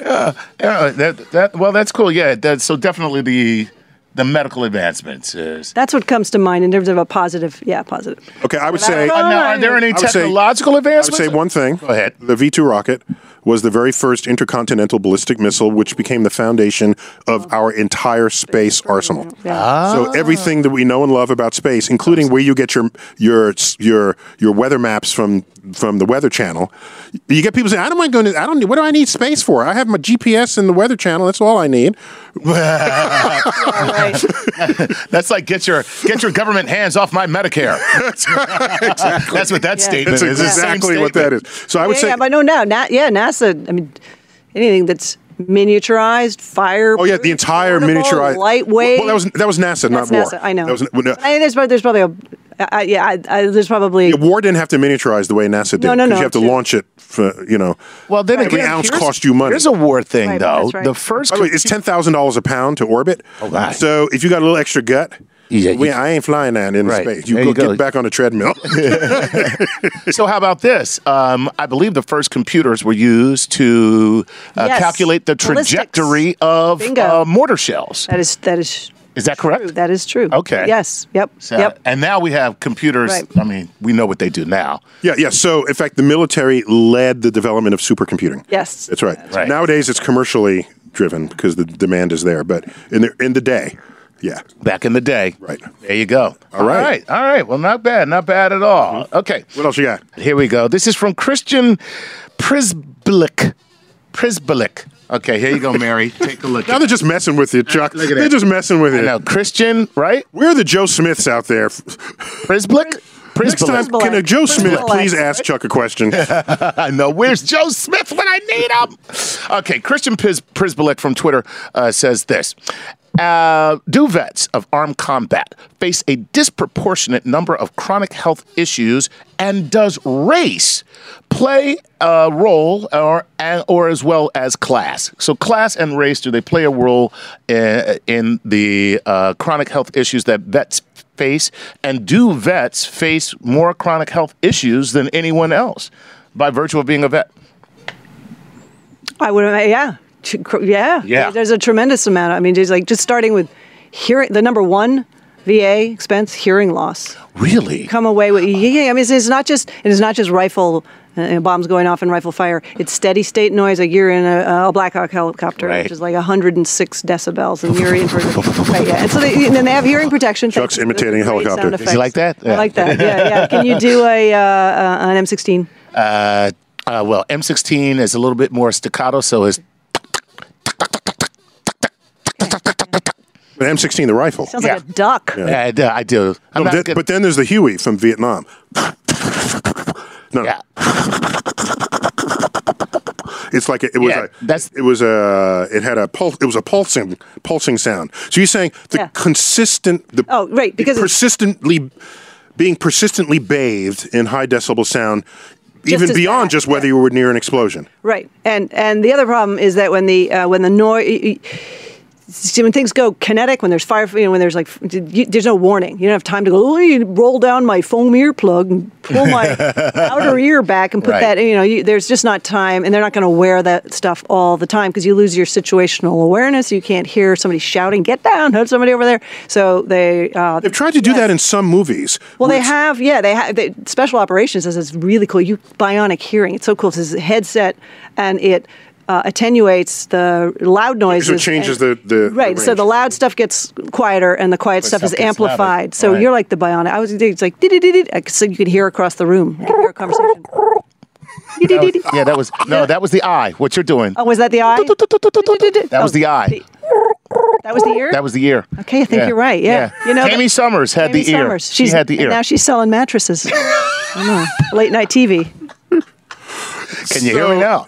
S2: Yeah, uh, that, that well that's cool. Yeah, that so definitely the the medical advancements is
S3: That's what comes to mind in terms of a positive. Yeah, positive.
S1: Okay, I would
S3: I
S1: say
S3: don't
S2: Uh, now, are there any
S1: I would say-
S2: technological
S1: I
S2: advancements?
S1: would say one thing. Go
S2: ahead.
S1: The V 2 rocket was the very first intercontinental ballistic missile, which became the foundation of our entire space arsenal.
S3: Yeah.
S1: So everything that we know and love about space, including where you get your your your your weather maps from from the Weather Channel, you get people saying, "I don't want to go to. I don't. need- What do I need space for? I have my GPS and the Weather Channel. That's all I need."
S3: All right.
S2: That's like get your get your government hands off my Medicare. That's what that
S3: Yeah.
S2: statement
S1: That's
S2: is. It's the same
S1: exactly what that
S2: statement.
S1: is. So I would
S3: yeah,
S1: say.
S3: yeah, but no, now, na- yeah, NASA. I mean, anything that's miniaturized, fire.
S1: Oh yeah, the entire miniaturized
S3: lightweight.
S1: Well, that was that was NASA,
S3: That's
S1: not war.
S3: NASA. I know.
S1: That was, well, no.
S3: I mean, there's, prob- there's probably a. I, I- yeah, I, I, there's probably.
S1: Yeah, War didn't have to miniaturize the way NASA did.
S3: No, no,
S1: 'cause
S3: no,
S1: You have to
S3: true.
S1: launch it for you know.
S2: Well, then
S1: Every
S2: again,
S1: ounce
S2: here's-
S1: cost you money.
S2: Here's a war thing,
S3: Right,
S2: though.
S3: that's right.
S2: The first
S1: By the way, it's ten thousand dollars a pound to orbit. Oh
S2: wow.
S1: So if you got a little extra gut,
S2: Yeah, you-
S1: we, I ain't flying that in
S2: Right.
S1: space. You
S2: There
S1: go,
S2: you go.
S1: get back on the treadmill.
S2: So how about this? Um, I believe the first computers were used to uh,
S3: Yes.
S2: calculate the
S3: Ballistics.
S2: trajectory of
S3: Bingo.
S2: uh, mortar shells.
S3: That is that is
S2: Is that correct?
S3: true. That is true.
S2: Okay.
S3: Yes. Yep.
S2: So-
S3: yep.
S2: And now we have computers.
S3: Right.
S2: I mean, we know what they do now.
S1: yeah, yeah. So in fact, the military led the development of supercomputing.
S3: Yes.
S1: that's right.
S2: right.
S1: Nowadays, it's commercially driven because the demand is there. But in the in the day, yeah.
S2: Back in the day.
S1: Right.
S2: There you go.
S1: All right.
S2: All right. All right. Well, not bad. Not bad at all. Okay.
S1: What else you got?
S2: Here we go. This is from Christian Prisblick. Prisblick. Okay. Here you go, Mary. Take a look.
S1: Now they're just messing with you, Chuck.
S2: Look at
S1: they're
S2: that.
S1: just messing with you.
S2: now, Christian, right?
S1: We're the Joe Smiths out there.
S2: Prisblick?
S1: Next time,
S3: Prisblick.
S1: can a Joe Smith
S3: Prisblick.
S1: please ask Chuck a question?
S2: I know. Where's Joe Smith when I need him? Okay, Christian Piz- Prisbalek from Twitter uh, says this. Uh, do vets of armed combat face a disproportionate number of chronic health issues, and does race play a role, or or as well as class? So, class and race do they play a role in, in the uh, chronic health issues that vets face? And do vets face more chronic health issues than anyone else? by virtue of being a vet.
S3: I would. uh, Yeah. Ch- cr- Yeah.
S2: Yeah.
S3: There's a tremendous amount. I mean, just like just starting with hearing the number one VA expense hearing loss.
S2: Really?
S3: come away with. Yeah, yeah, I mean, it's, it's not just it is not just rifle uh, bombs going off and rifle fire. It's steady state noise. Like you're in a, a Black Hawk helicopter,
S2: Right.
S3: which is like 106 decibels, and you're in for. Right, yeah. And so they, and then they have hearing protection.
S1: Chuck's
S3: Thanks.
S1: imitating a
S3: Great sound
S1: helicopter. Does he
S3: effects.
S2: like that? Yeah.
S3: I like that. Yeah, yeah. Can you do a uh, uh, an M16?
S2: Uh, uh, well, M16 is a little bit more staccato, so it's
S1: But M16, the rifle.
S3: Sounds like
S2: Yeah.
S3: a duck.
S2: And, uh, I do. I'm not
S1: No, but, then,
S2: good-
S1: but then there's the Huey from Vietnam. No,
S2: yeah.
S1: it's like a, it was
S2: Yeah,
S1: a
S2: that's-
S1: it was a it had a pulse it was a pulsing pulsing sound. So you're saying the
S3: Yeah.
S1: consistent the
S3: Oh, right,
S1: the
S3: because it's-
S1: persistently being persistently bathed in high decibel sound, even
S3: as
S1: beyond
S3: bad,
S1: just whether you were near an explosion.
S3: Right, and and the other problem is that when the uh, when the noise. See, when things go kinetic, when there's fire, you know, when there's like, f- you, there's no warning. You don't have time to go. "Ooh, roll down my foam earplug and pull my outer ear back and put
S2: Right.
S3: that. You know, you, there's just not time, and they're not going to wear that stuff all the time because you lose your situational awareness. You can't hear somebody shouting, "Get down!" Heard somebody over there. So they uh,
S1: They've tried to do that in some movies.
S3: well,
S1: where
S3: they
S1: it's-
S3: have, yeah, they have. They, special operations is it's really cool. You bionic hearing, it's so cool. It's a headset, and it uh, attenuates the loud noises.
S1: So it changes
S3: and-
S1: the the
S3: uh, right.
S1: The
S3: so the
S1: range.
S3: loud stuff gets quieter, and the quiet stuff,
S2: stuff
S3: is
S2: gets louder.
S3: amplified. So
S2: Right.
S3: you're like the bionic. I was it's like "Dee-dee-dee-dee," like, so you could hear across the room. like, hear a conversation. Dee-dee-dee-dee.
S2: Yeah, that was no, that was the eye. What you're doing?
S3: Oh, was that the eye?
S2: That was the eye.
S3: That was the ear.
S2: That was the ear.
S3: Okay, I think
S2: Yeah.
S3: you're right. Yeah, you know,
S2: Tammy
S3: that-
S2: Summers had
S3: Amy
S2: the ear.
S3: Summers.
S2: She
S3: She's,
S2: had the
S3: and
S2: ear.
S3: Now she's selling mattresses. I know. Late night TV.
S2: Can you hear me now?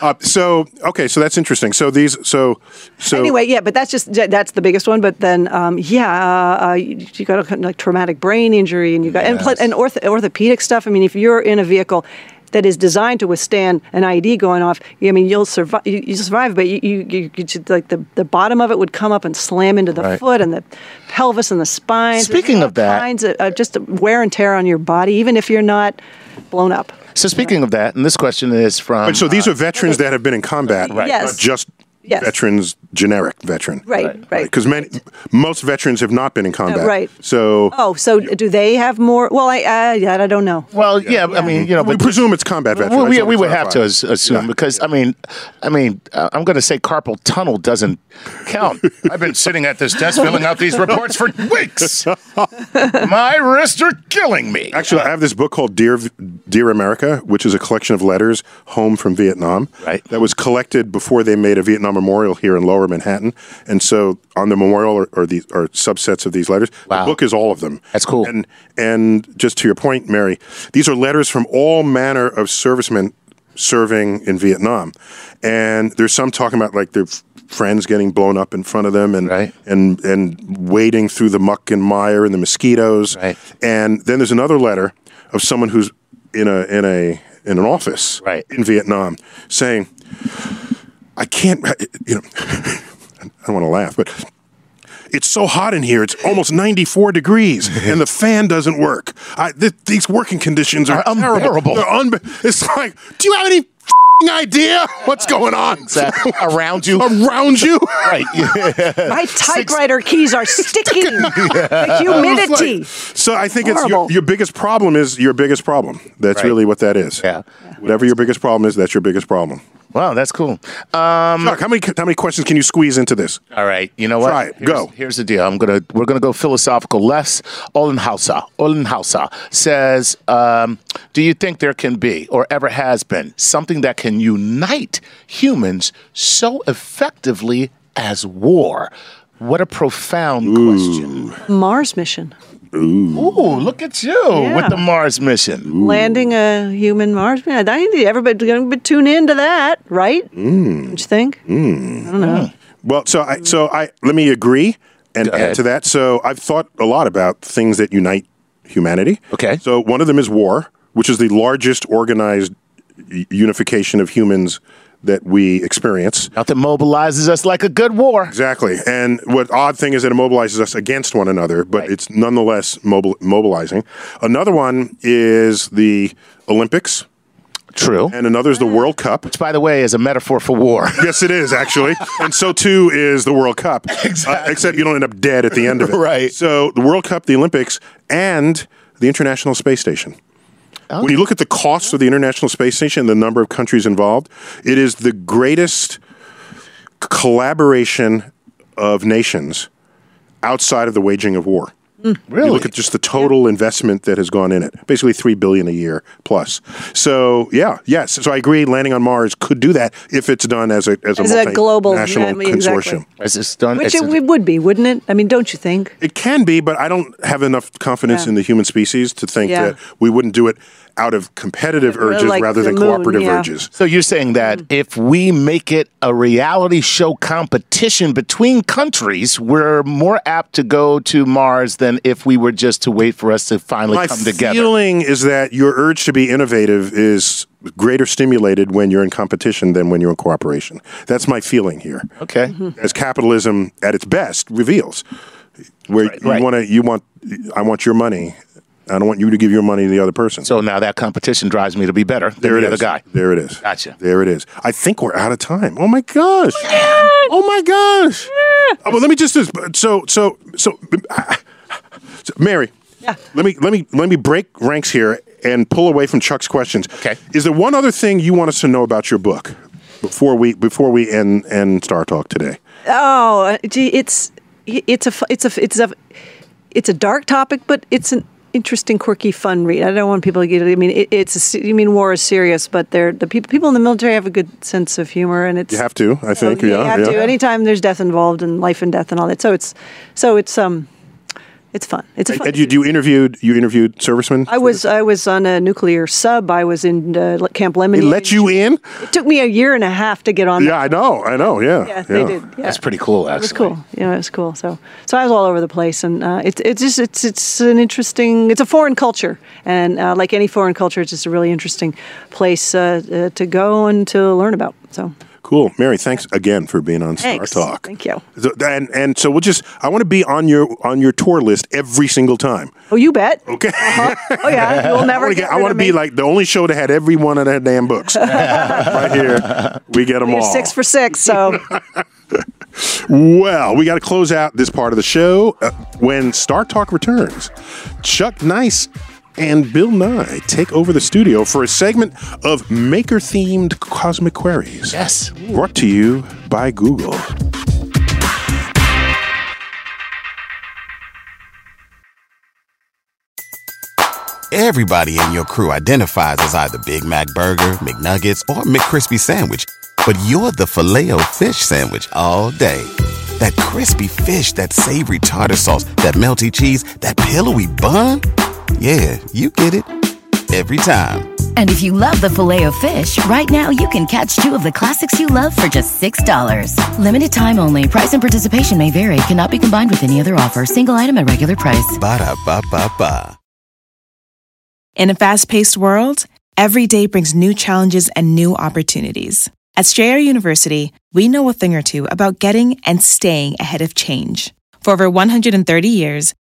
S1: Uh, so okay, so that's interesting. So these so so
S3: anyway, yeah, but that's just that's the biggest one. But then, um, yeah, uh, uh, you, you got a kind of like traumatic brain injury, and you got and, plus, and ortho, orthopedic stuff. I mean, if you're in a vehicle that is designed to withstand an IED going off, I mean, you'll survive. You, you survive, but you, you, you, you should, like the, the bottom of it would come up and slam into the
S2: Right.
S3: foot and the pelvis and the spine. There's
S2: Speaking
S3: all
S2: of that-
S3: kinds of, uh, just wear and tear on your body, even if you're not blown up.
S2: So speaking of that, and this question is from. uh,
S1: so these are veterans that have been in combat,
S3: Right. Yes.
S1: not just
S3: Yes.
S1: veterans, generic veteran.
S3: Right, right. Uh,
S1: Because many, most veterans have not been in combat.
S3: right.
S1: So
S3: Oh, so do they have more? Well, I, I, I don't know.
S2: well, yeah, I mean, you know,
S1: we
S2: but
S1: presume it's combat veterans.
S2: Well, yeah, we would have to as- assume because I mean, I mean, uh, I'm going to say carpal tunnel doesn't count. I've been sitting at this desk filling out these reports for weeks. My wrists are killing me.
S1: Actually, I have this book called Dear Dear America, which is a collection of letters home from Vietnam.
S2: Right.
S1: That was collected before they made a Vietnam memorial here in Lower Manhattan, and so on the memorial are, are these are subsets of these letters.
S2: Wow.
S1: The book is all of them.
S2: That's cool.
S1: And and just to your point, Mary, these are letters from all manner of servicemen serving in Vietnam, and there's some talking about like their f- friends getting blown up in front of them, and
S2: Right.
S1: and and wading through the muck and mire and the mosquitoes.
S2: Right.
S1: And then there's another letter of someone who's in a in a in an office
S2: Right.
S1: in Vietnam saying, "I can't," you know, I don't want to laugh, but it's so hot in here. It's almost 94 degrees, and the fan doesn't work. I, th- these working conditions are,
S2: Are
S1: terrible.
S2: unbearable.
S1: They're unbe- it's like, do you have any fing idea what's going on
S2: Exactly. Around you.
S1: around you?
S2: Right.
S3: My typewriter keys are sticking. the
S1: It's like-
S3: humidity.
S1: so I think it's your,
S3: Horrible.
S1: your biggest problem is your biggest problem. That's
S2: Right.
S1: really what that is.
S2: Yeah.
S1: Whatever your biggest problem is, that's your biggest problem.
S2: Wow, that's cool. Um,
S1: Chuck, how many how many questions can you squeeze into this?
S2: all right, you know what?
S1: Try it.
S2: Here's-
S1: Go.
S2: Here's the deal. I'm gonna we're gonna go philosophical. Les Ollenhauser Ollenhauser says, um, "Do you think there can be, or ever has been, something that can unite humans so effectively as war?" What a profound question.
S3: Mars mission.
S2: Ooh, look at you with
S3: Yeah.
S2: the Mars mission.
S3: Landing a human Mars man. I think everybody's going to tune into that, right?
S1: Hmm.
S3: Don't you think?
S1: Mm, Well, so I so I let me agree and
S2: ahead.
S1: add to that. So I've thought a lot about things that unite humanity.
S2: Okay.
S1: So one of them is war, which is the largest organized u- unification of humans that we experience.
S2: Nothing mobilizes us like a good war.
S1: Exactly. And what odd thing is that it mobilizes us against one another, but it's nonetheless mobil- mobilizing. Another one is the Olympics,
S2: True.
S1: and another is the World Cup.
S2: Which, by the way, is a metaphor for war.
S1: Yes, it is actually, and so too is the World Cup. Exactly. except you don't end up dead at the end of it.
S2: Right.
S1: So the World Cup, the Olympics, and the International Space Station. When you look at the costs of the International Space Station and the number of countries involved, it is the greatest collaboration of nations outside of the waging of war.
S3: Mm.
S2: Really?
S1: You look at just the total investment that has gone in it, basically three billion a year plus. So yeah, yes. So I agree. Landing on Mars could do that if it's done as a as a,
S3: As a global-
S1: national
S3: yeah, I mean,
S1: consortium.
S3: exactly.
S2: Is this done?
S3: Which
S2: is
S3: it, it would be, wouldn't it? I mean, don't you think?
S1: It can be, but I don't have enough confidence
S3: Yeah.
S1: in the human species to think
S3: Yeah.
S1: that we wouldn't do it out of competitive urges
S3: like
S1: rather
S3: the
S1: than
S3: moon,
S1: cooperative
S3: yeah.
S1: urges.
S2: so you're saying that if we make it a reality show competition between countries, we're more apt to go to Mars than if we were just to wait for us to finally
S1: My
S2: come together.
S1: feeling is that your urge to be innovative is greater stimulated when you're in competition than when you're in cooperation. That's my feeling here.
S2: okay.
S1: as capitalism at its best reveals. Where you
S2: right.
S1: want to, you want, I want your money. I don't want you to give your money to the other person.
S2: So now that competition drives me to be better than
S1: there it
S2: the
S1: is.
S2: other guy.
S1: There it is.
S2: Gotcha.
S1: There it is. I think we're out of time. Oh my gosh. Oh my gosh. Oh, well, let me just so so so, so Mary.
S3: Yeah.
S1: Let me let me let me break ranks here and pull away from Chuck's questions.
S2: Okay.
S1: Is there one other thing you want us to know about your book before we before we end end Star Talk today?
S3: Oh, uh, gee, it's it's a fu- it's a it's a it's a dark topic, but it's an interesting, quirky, fun read. I don't want people to get. I mean, it, it's a se- I mean, war is serious, but they're the people people in the military have a good sense of humor, and it's
S1: You have to, I think.
S3: you
S1: yeah,
S3: have
S1: yeah.
S3: to. Anytime there's death involved and life and death and all that, so it's so it's um it's fun. It's a fun.
S1: And you, you interviewed you interviewed servicemen.
S3: I was I was on a nuclear sub. I was in uh, Camp Lebanon.
S1: They let you in?
S3: It took me a year and a half to get on.
S1: Yeah, I know, I know. Yeah,
S3: Yeah, they did. Yeah.
S2: That's pretty cool, actually.
S3: It was cool. You know, it was cool. So, so I was all over the place, and uh, it's it's just it's it's an interesting. It's a foreign culture, and uh, like any foreign culture, it's just a really interesting place uh, uh, to go and to learn about. So,
S1: Cool, Mary. Thanks again for being on
S3: Thanks.
S1: Star Talk.
S3: Thank you.
S1: So- And and so we'll just I want to be on your on your tour list every single time.
S3: oh, you bet.
S1: Okay.
S3: Oh yeah, you'll
S1: I
S3: never.
S1: wanna get-
S3: get
S1: I
S3: rid
S1: want to
S3: of
S1: be
S3: me.
S1: like the only show that had every one of their damn books right here. We get them
S3: You're
S1: all.
S3: six for six. So.
S1: Well, we got to close out this part of the show. Uh, when Star Talk returns, Chuck Nice and Bill Nye take over the studio for a segment of maker themed cosmic queries.
S2: Yes.
S1: Brought to you by Google.
S7: Everybody in your crew identifies as either Big Mac Burger, McNuggets, or McCrispy Sandwich. But you're the filet fish Sandwich all day. That crispy fish, that savory tartar sauce, that melty cheese, that pillowy bun. Yeah, you get it. Every time.
S8: And if you love the filet of fish, right now you can catch two of the classics you love for just $6. Limited time only. Price and participation may vary. Cannot be combined with any other offer. Single item at regular price.
S7: Ba-da-ba-ba-ba.
S9: In a fast paced world, every day brings new challenges and new opportunities. At Strayer University, we know a thing or two about getting and staying ahead of change. For over 130 years,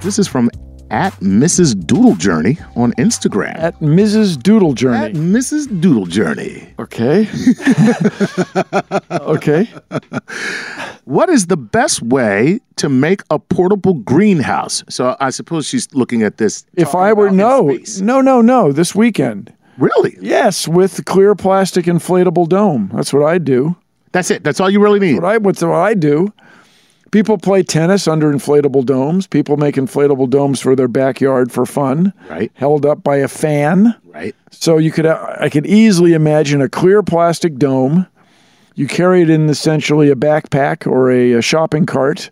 S2: This is from at Mrs. Doodle Journey on Instagram.
S10: At Mrs. Doodle
S2: At
S10: Journey.
S2: Mrs. Doodle Journey.
S10: okay. okay.
S2: What is the best way to make a portable greenhouse? So I suppose she's looking at this.
S10: If
S2: talking
S10: I were
S2: about in
S10: no,
S2: space.
S10: no, no, no. This weekend.
S2: really,
S10: Yes, with clear plastic inflatable dome. That's what I do.
S2: that's it. That's all you really need.
S10: What I what's what I do. People play tennis under inflatable domes. People make inflatable domes for their backyard for fun.
S2: Right.
S10: Held up by a fan.
S2: Right.
S10: So you could uh, I could easily imagine a clear plastic dome. You carry it in essentially a backpack or a, a shopping cart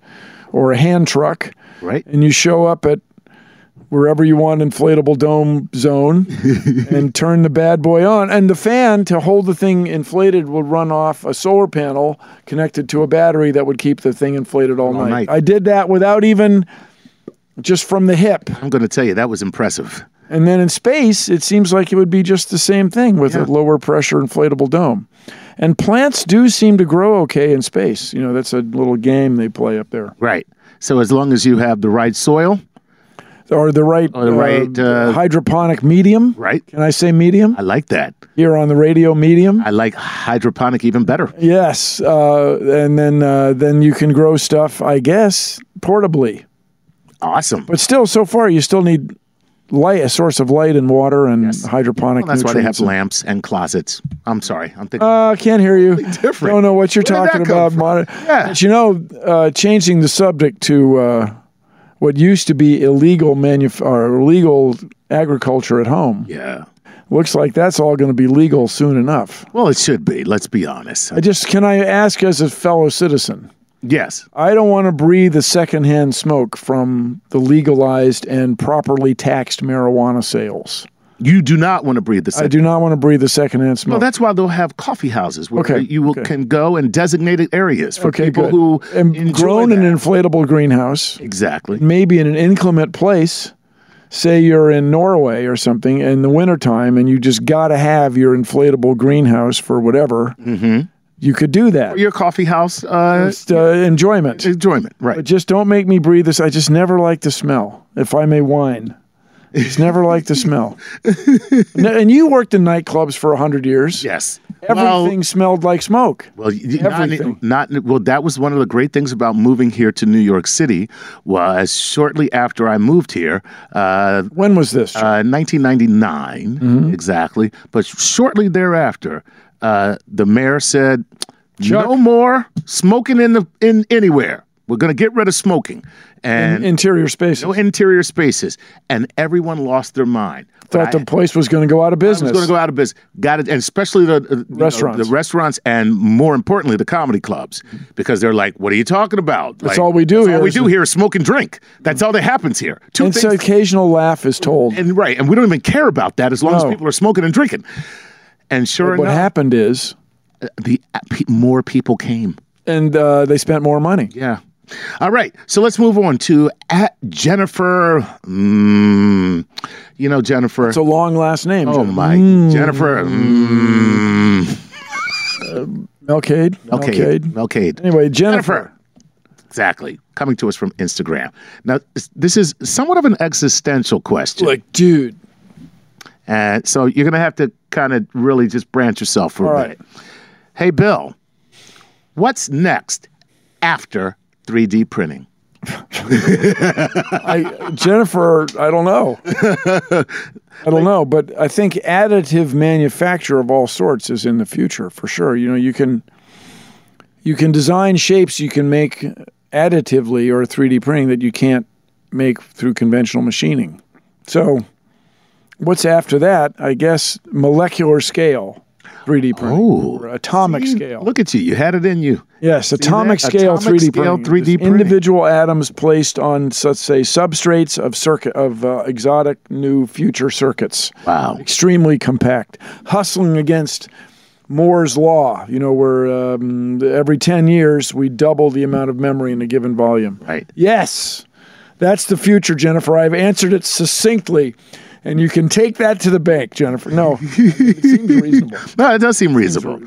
S10: or a hand truck,
S2: Right.
S10: and you show up at wherever you want inflatable dome zone and turn the bad boy on and the fan to hold the thing inflated will run off a solar panel connected to a battery that would keep the thing inflated all,
S2: All night.
S10: night. I did that without even just from the hip.
S2: I'm going to tell you that was impressive.
S10: And then in space, it seems like it would be just the same thing with a lower pressure inflatable dome. And plants do seem to grow okay in space. You know, that's a little game they play up there.
S2: Right. So as long as you have the right soil,
S1: or the right, um,
S2: the right, uh,
S1: hydroponic medium.
S2: Right.
S1: Can I say medium?
S2: I like that.
S1: Here on the radio medium.
S2: I like hydroponic even better.
S1: Yes, uh, and then uh, then you can grow stuff, I guess, portably.
S2: Awesome.
S1: But still, so far, you still need light, a source of light and water and hydroponic.
S2: Well, that's why they have
S1: nutrients.
S2: lamps and closets. I'm sorry. I'm thinking.
S1: Uh, can't hear you.
S2: different.
S1: Don't know what you're
S2: Where did
S1: talking
S2: that come
S1: about. Mon-
S2: Yeah.
S1: But you know, uh, changing the subject to uh, what used to be illegal manuf- or illegal agriculture at home.
S2: yeah.
S1: Looks like that's all going to be legal soon enough.
S2: Well, it should be. Let's be honest.
S1: I just can I ask as a fellow citizen.
S2: yes.
S1: I don't want to breathe the secondhand smoke from the legalized and properly taxed marijuana sales.
S2: You do not want to breathe the
S1: I
S2: same.
S1: do not want to breathe the secondhand smoke.
S2: Well, that's why they'll have coffee houses where
S1: Okay,
S2: you will,
S1: okay.
S2: can go in designated areas for
S1: okay,
S2: people
S1: good.
S2: who
S1: and
S2: enjoy
S1: grown in
S2: that.
S1: an inflatable greenhouse.
S2: exactly.
S1: maybe in an inclement place say you're in norway or something in the wintertime and you just gotta have your inflatable greenhouse for whatever you could do that
S2: Your coffee house Mm-hmm. uh,
S1: Just, uh, enjoyment
S2: enjoyment, right?
S1: but just don't make me breathe this i just never like the smell if i may whine just never like the smell N- and you worked in nightclubs for 100 years
S2: yes.
S1: everything smelled like smoke
S2: Well, y- y- not-
S1: Everything.
S2: Not, well. That was one of the great things about moving here to New York City. Was shortly after I moved here, uh,
S1: when was this
S2: uh, 1999
S1: Mm-hmm.
S2: exactly. But shortly thereafter, uh, the mayor said,
S1: Chuck.
S2: "No more smoking in the in anywhere. We're going to get rid of smoking." And
S1: interior spaces
S2: no interior spaces, and everyone lost their mind. But
S1: thought
S2: I-
S1: the place was going to go out of
S2: I was
S1: business
S2: going to go out of business. Got it, and especially the uh, you know,
S1: Restaurants.
S2: the restaurants, and more importantly, the comedy clubs, because they're like, "What are you talking about? That's
S1: all we do
S2: That's
S1: here
S2: all we
S1: is
S2: do
S1: the-
S2: here is smoke and drink. That's all that happens here. Two
S1: and so
S2: things,
S1: occasional laugh is told
S2: and right, and we don't even care about that as long as
S1: No.
S2: people are smoking and drinking. And sure
S1: what
S2: enough, Uh,
S1: happened is
S2: the pe- more people came.
S1: and uh, they spent more money.
S2: Yeah. All right. So let's move on to at Jennifer. Mm, you know Jennifer.
S1: It's a long last name.
S2: oh
S1: Jennifer.
S2: my Jennifer. Mm,
S1: Melcade.
S2: okay.
S1: Melcade.
S2: Melcade.
S1: Anyway, Jennifer.
S2: Jennifer. Exactly. Coming to us from Instagram. Now, this- this is somewhat of an existential question.
S1: Like, dude.
S2: and so you're going to have to kind of really just branch yourself for
S1: All
S2: a
S1: right.
S2: minute. Hey, Bill, what's next after 3D printing?
S1: I, Jennifer, I don't know. I don't know, but I think additive manufacture of all sorts is in the future for sure. You know, you can you can design shapes you can make additively or 3D printing that you can't make through conventional machining. So, what's after that? I guess molecular scale 3D printing
S2: Ooh.
S1: or atomic
S2: See,
S1: scale.
S2: Look at you. You had it in you.
S1: Yes,
S2: that?
S1: atomic scale
S2: Atomic
S1: 3D
S2: scale
S1: printing.
S2: 3D
S1: Just
S2: printing.
S1: Individual atoms placed on, so- let's say, substrates of circuit of uh, exotic new future circuits.
S2: Wow.
S1: Extremely compact, hustling against Moore's law. You know, where um, every ten years we double the amount of memory in a given volume.
S2: Right.
S1: Yes, that's the future, Jennifer. I've answered it succinctly, and you can take that to the bank, Jennifer. No, it seems reasonable.
S2: No, it does seem reasonable.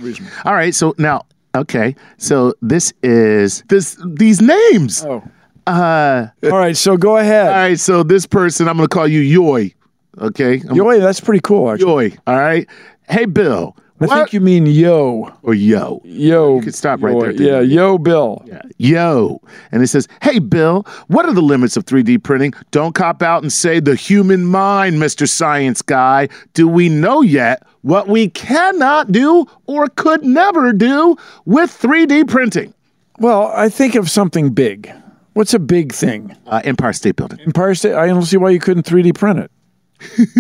S2: All right. So now, okay. So this is this these names.
S1: Oh.
S2: Uh,
S1: All right, so go ahead.
S2: all right. So this person, I'm going to call you Yoy. Okay. I'm
S1: Yo, hey, that's pretty cool, actually.
S2: Yoy. All right. Hey, Bill.
S1: I
S2: what-
S1: think you mean yo.
S2: or yo.
S1: Yo. You
S2: could stop right there,
S1: Yeah,
S2: didn't
S1: yo, Bill.
S2: Yo. And it says, Hey, Bill, what are the limits of 3D printing? Don't cop out and say the human mind, Mr. Science Guy. Do we know yet what we cannot do or could never do with 3D printing?
S1: Well, I think of something big. What's a big thing?
S2: Uh, Empire State Building.
S1: Empire State. I don't see why you couldn't 3D print it.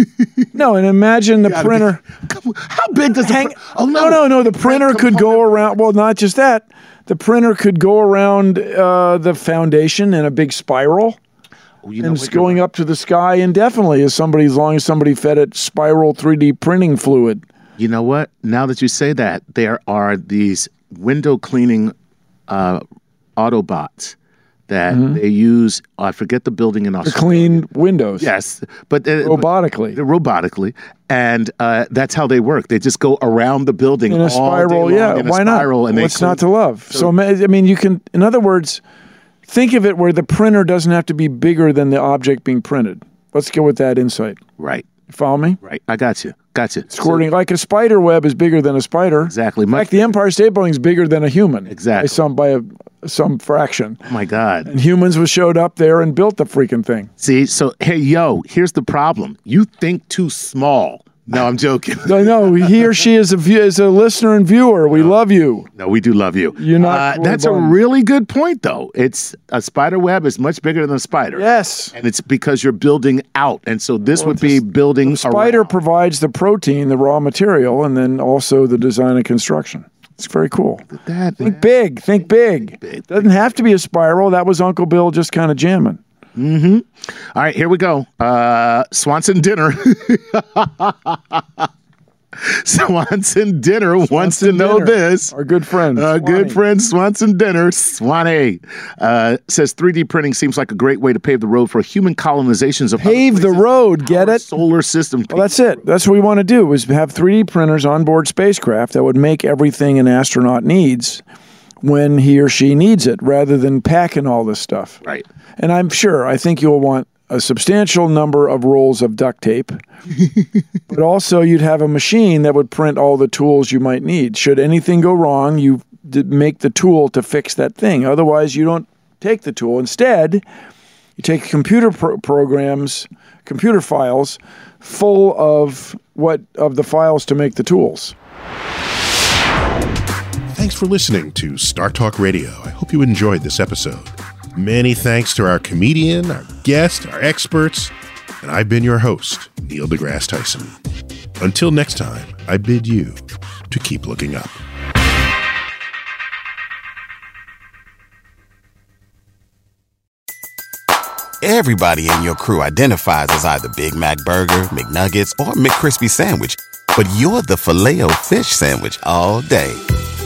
S1: no, and imagine the printer.
S2: Come on, How big does
S1: Hang,
S2: the. pr- Oh, no,
S1: no, no, no. The printer could go around. Well, not just that. The printer could go around uh, the foundation in a big spiral.
S2: Oh, you know
S1: and
S2: what,
S1: it's
S2: you're
S1: going
S2: right.
S1: up to the sky indefinitely as somebody, as long as somebody fed it spiral 3D printing fluid.
S2: You know what? Now that you say that, there are these window cleaning uh, Autobots that they use. oh, I forget the building in
S1: to
S2: Australia.
S1: Mm-hmm. Clean windows.
S2: Yes, but uh,
S1: Robotically.
S2: but- robotically, and uh, that's how they work. They just go around the building
S1: in a
S2: all day
S1: spiral.
S2: long
S1: Yeah,
S2: in a
S1: why
S2: spiral,
S1: not?
S2: And they
S1: What's
S2: clean-
S1: not to love? So, ma- I mean, you can. In other words, think of it where the printer doesn't have to be bigger than the object being printed. Let's go with that insight.
S2: Right.
S1: You follow me?
S2: Right. I got you. Got you.
S1: Squirting like a spider web is bigger than a spider.
S2: Exactly.
S1: In fact, the Empire State Building is bigger than a human.
S2: Exactly.
S1: By some by a, some fraction.
S2: Oh my God.
S1: And humans was showed up there and built the freaking thing.
S2: See, so hey, yo, here's the problem. You think too small. No, I'm joking.
S1: No, no, he or she is a view, is a listener and viewer. We love you.
S2: No, we do love you.
S1: You're not.
S2: Uh, that's a
S1: Corey Bond.
S2: really good point, though. It's a spider web is much bigger than a spider.
S1: Yes.
S2: and it's because you're building out, and so this would be building
S1: Spider provides the protein, the raw material, and then also the design and construction. It's very cool.
S2: around that.
S1: Think big. Think big. Doesn't have to be a spiral. That was Uncle Bill just kind of jamming.
S2: All right, here we go. Uh, Swanson dinner. Swanson dinner wants to know
S1: Dinner,
S2: this.
S1: Our good friend.
S2: Uh,
S1: Swanee.
S2: good friend Swanson Dinner, Swanee, uh, says 3D printing seems like a great way to pave the road for human colonizations of other
S1: Pave the road. Get it?
S2: solar system.
S1: Well, that's it. That's what we want to do is have 3D printers on board spacecraft that would make everything an astronaut needs when he or she needs it rather than packing all this stuff.
S2: Right.
S1: And I'm sure, I think you'll want a substantial number of rolls of duct tape, but also you'd have a machine that would print all the tools you might need. Should anything go wrong, you d- make the tool to fix that thing. Otherwise, you don't take the tool. Instead, you take computer pro- programs, computer files full of what of the files to make the tools.
S4: Thanks for listening to Star Talk Radio. I hope you enjoyed this episode. Many thanks to our comedian, our guest, our experts, and I've been your host, Neil deGrasse Tyson. Until next time, I bid you to keep looking up.
S7: Everybody in your crew identifies as either Big Mac Burger, McNuggets, or McCrispy Sandwich. But you're the filet fish Sandwich all day.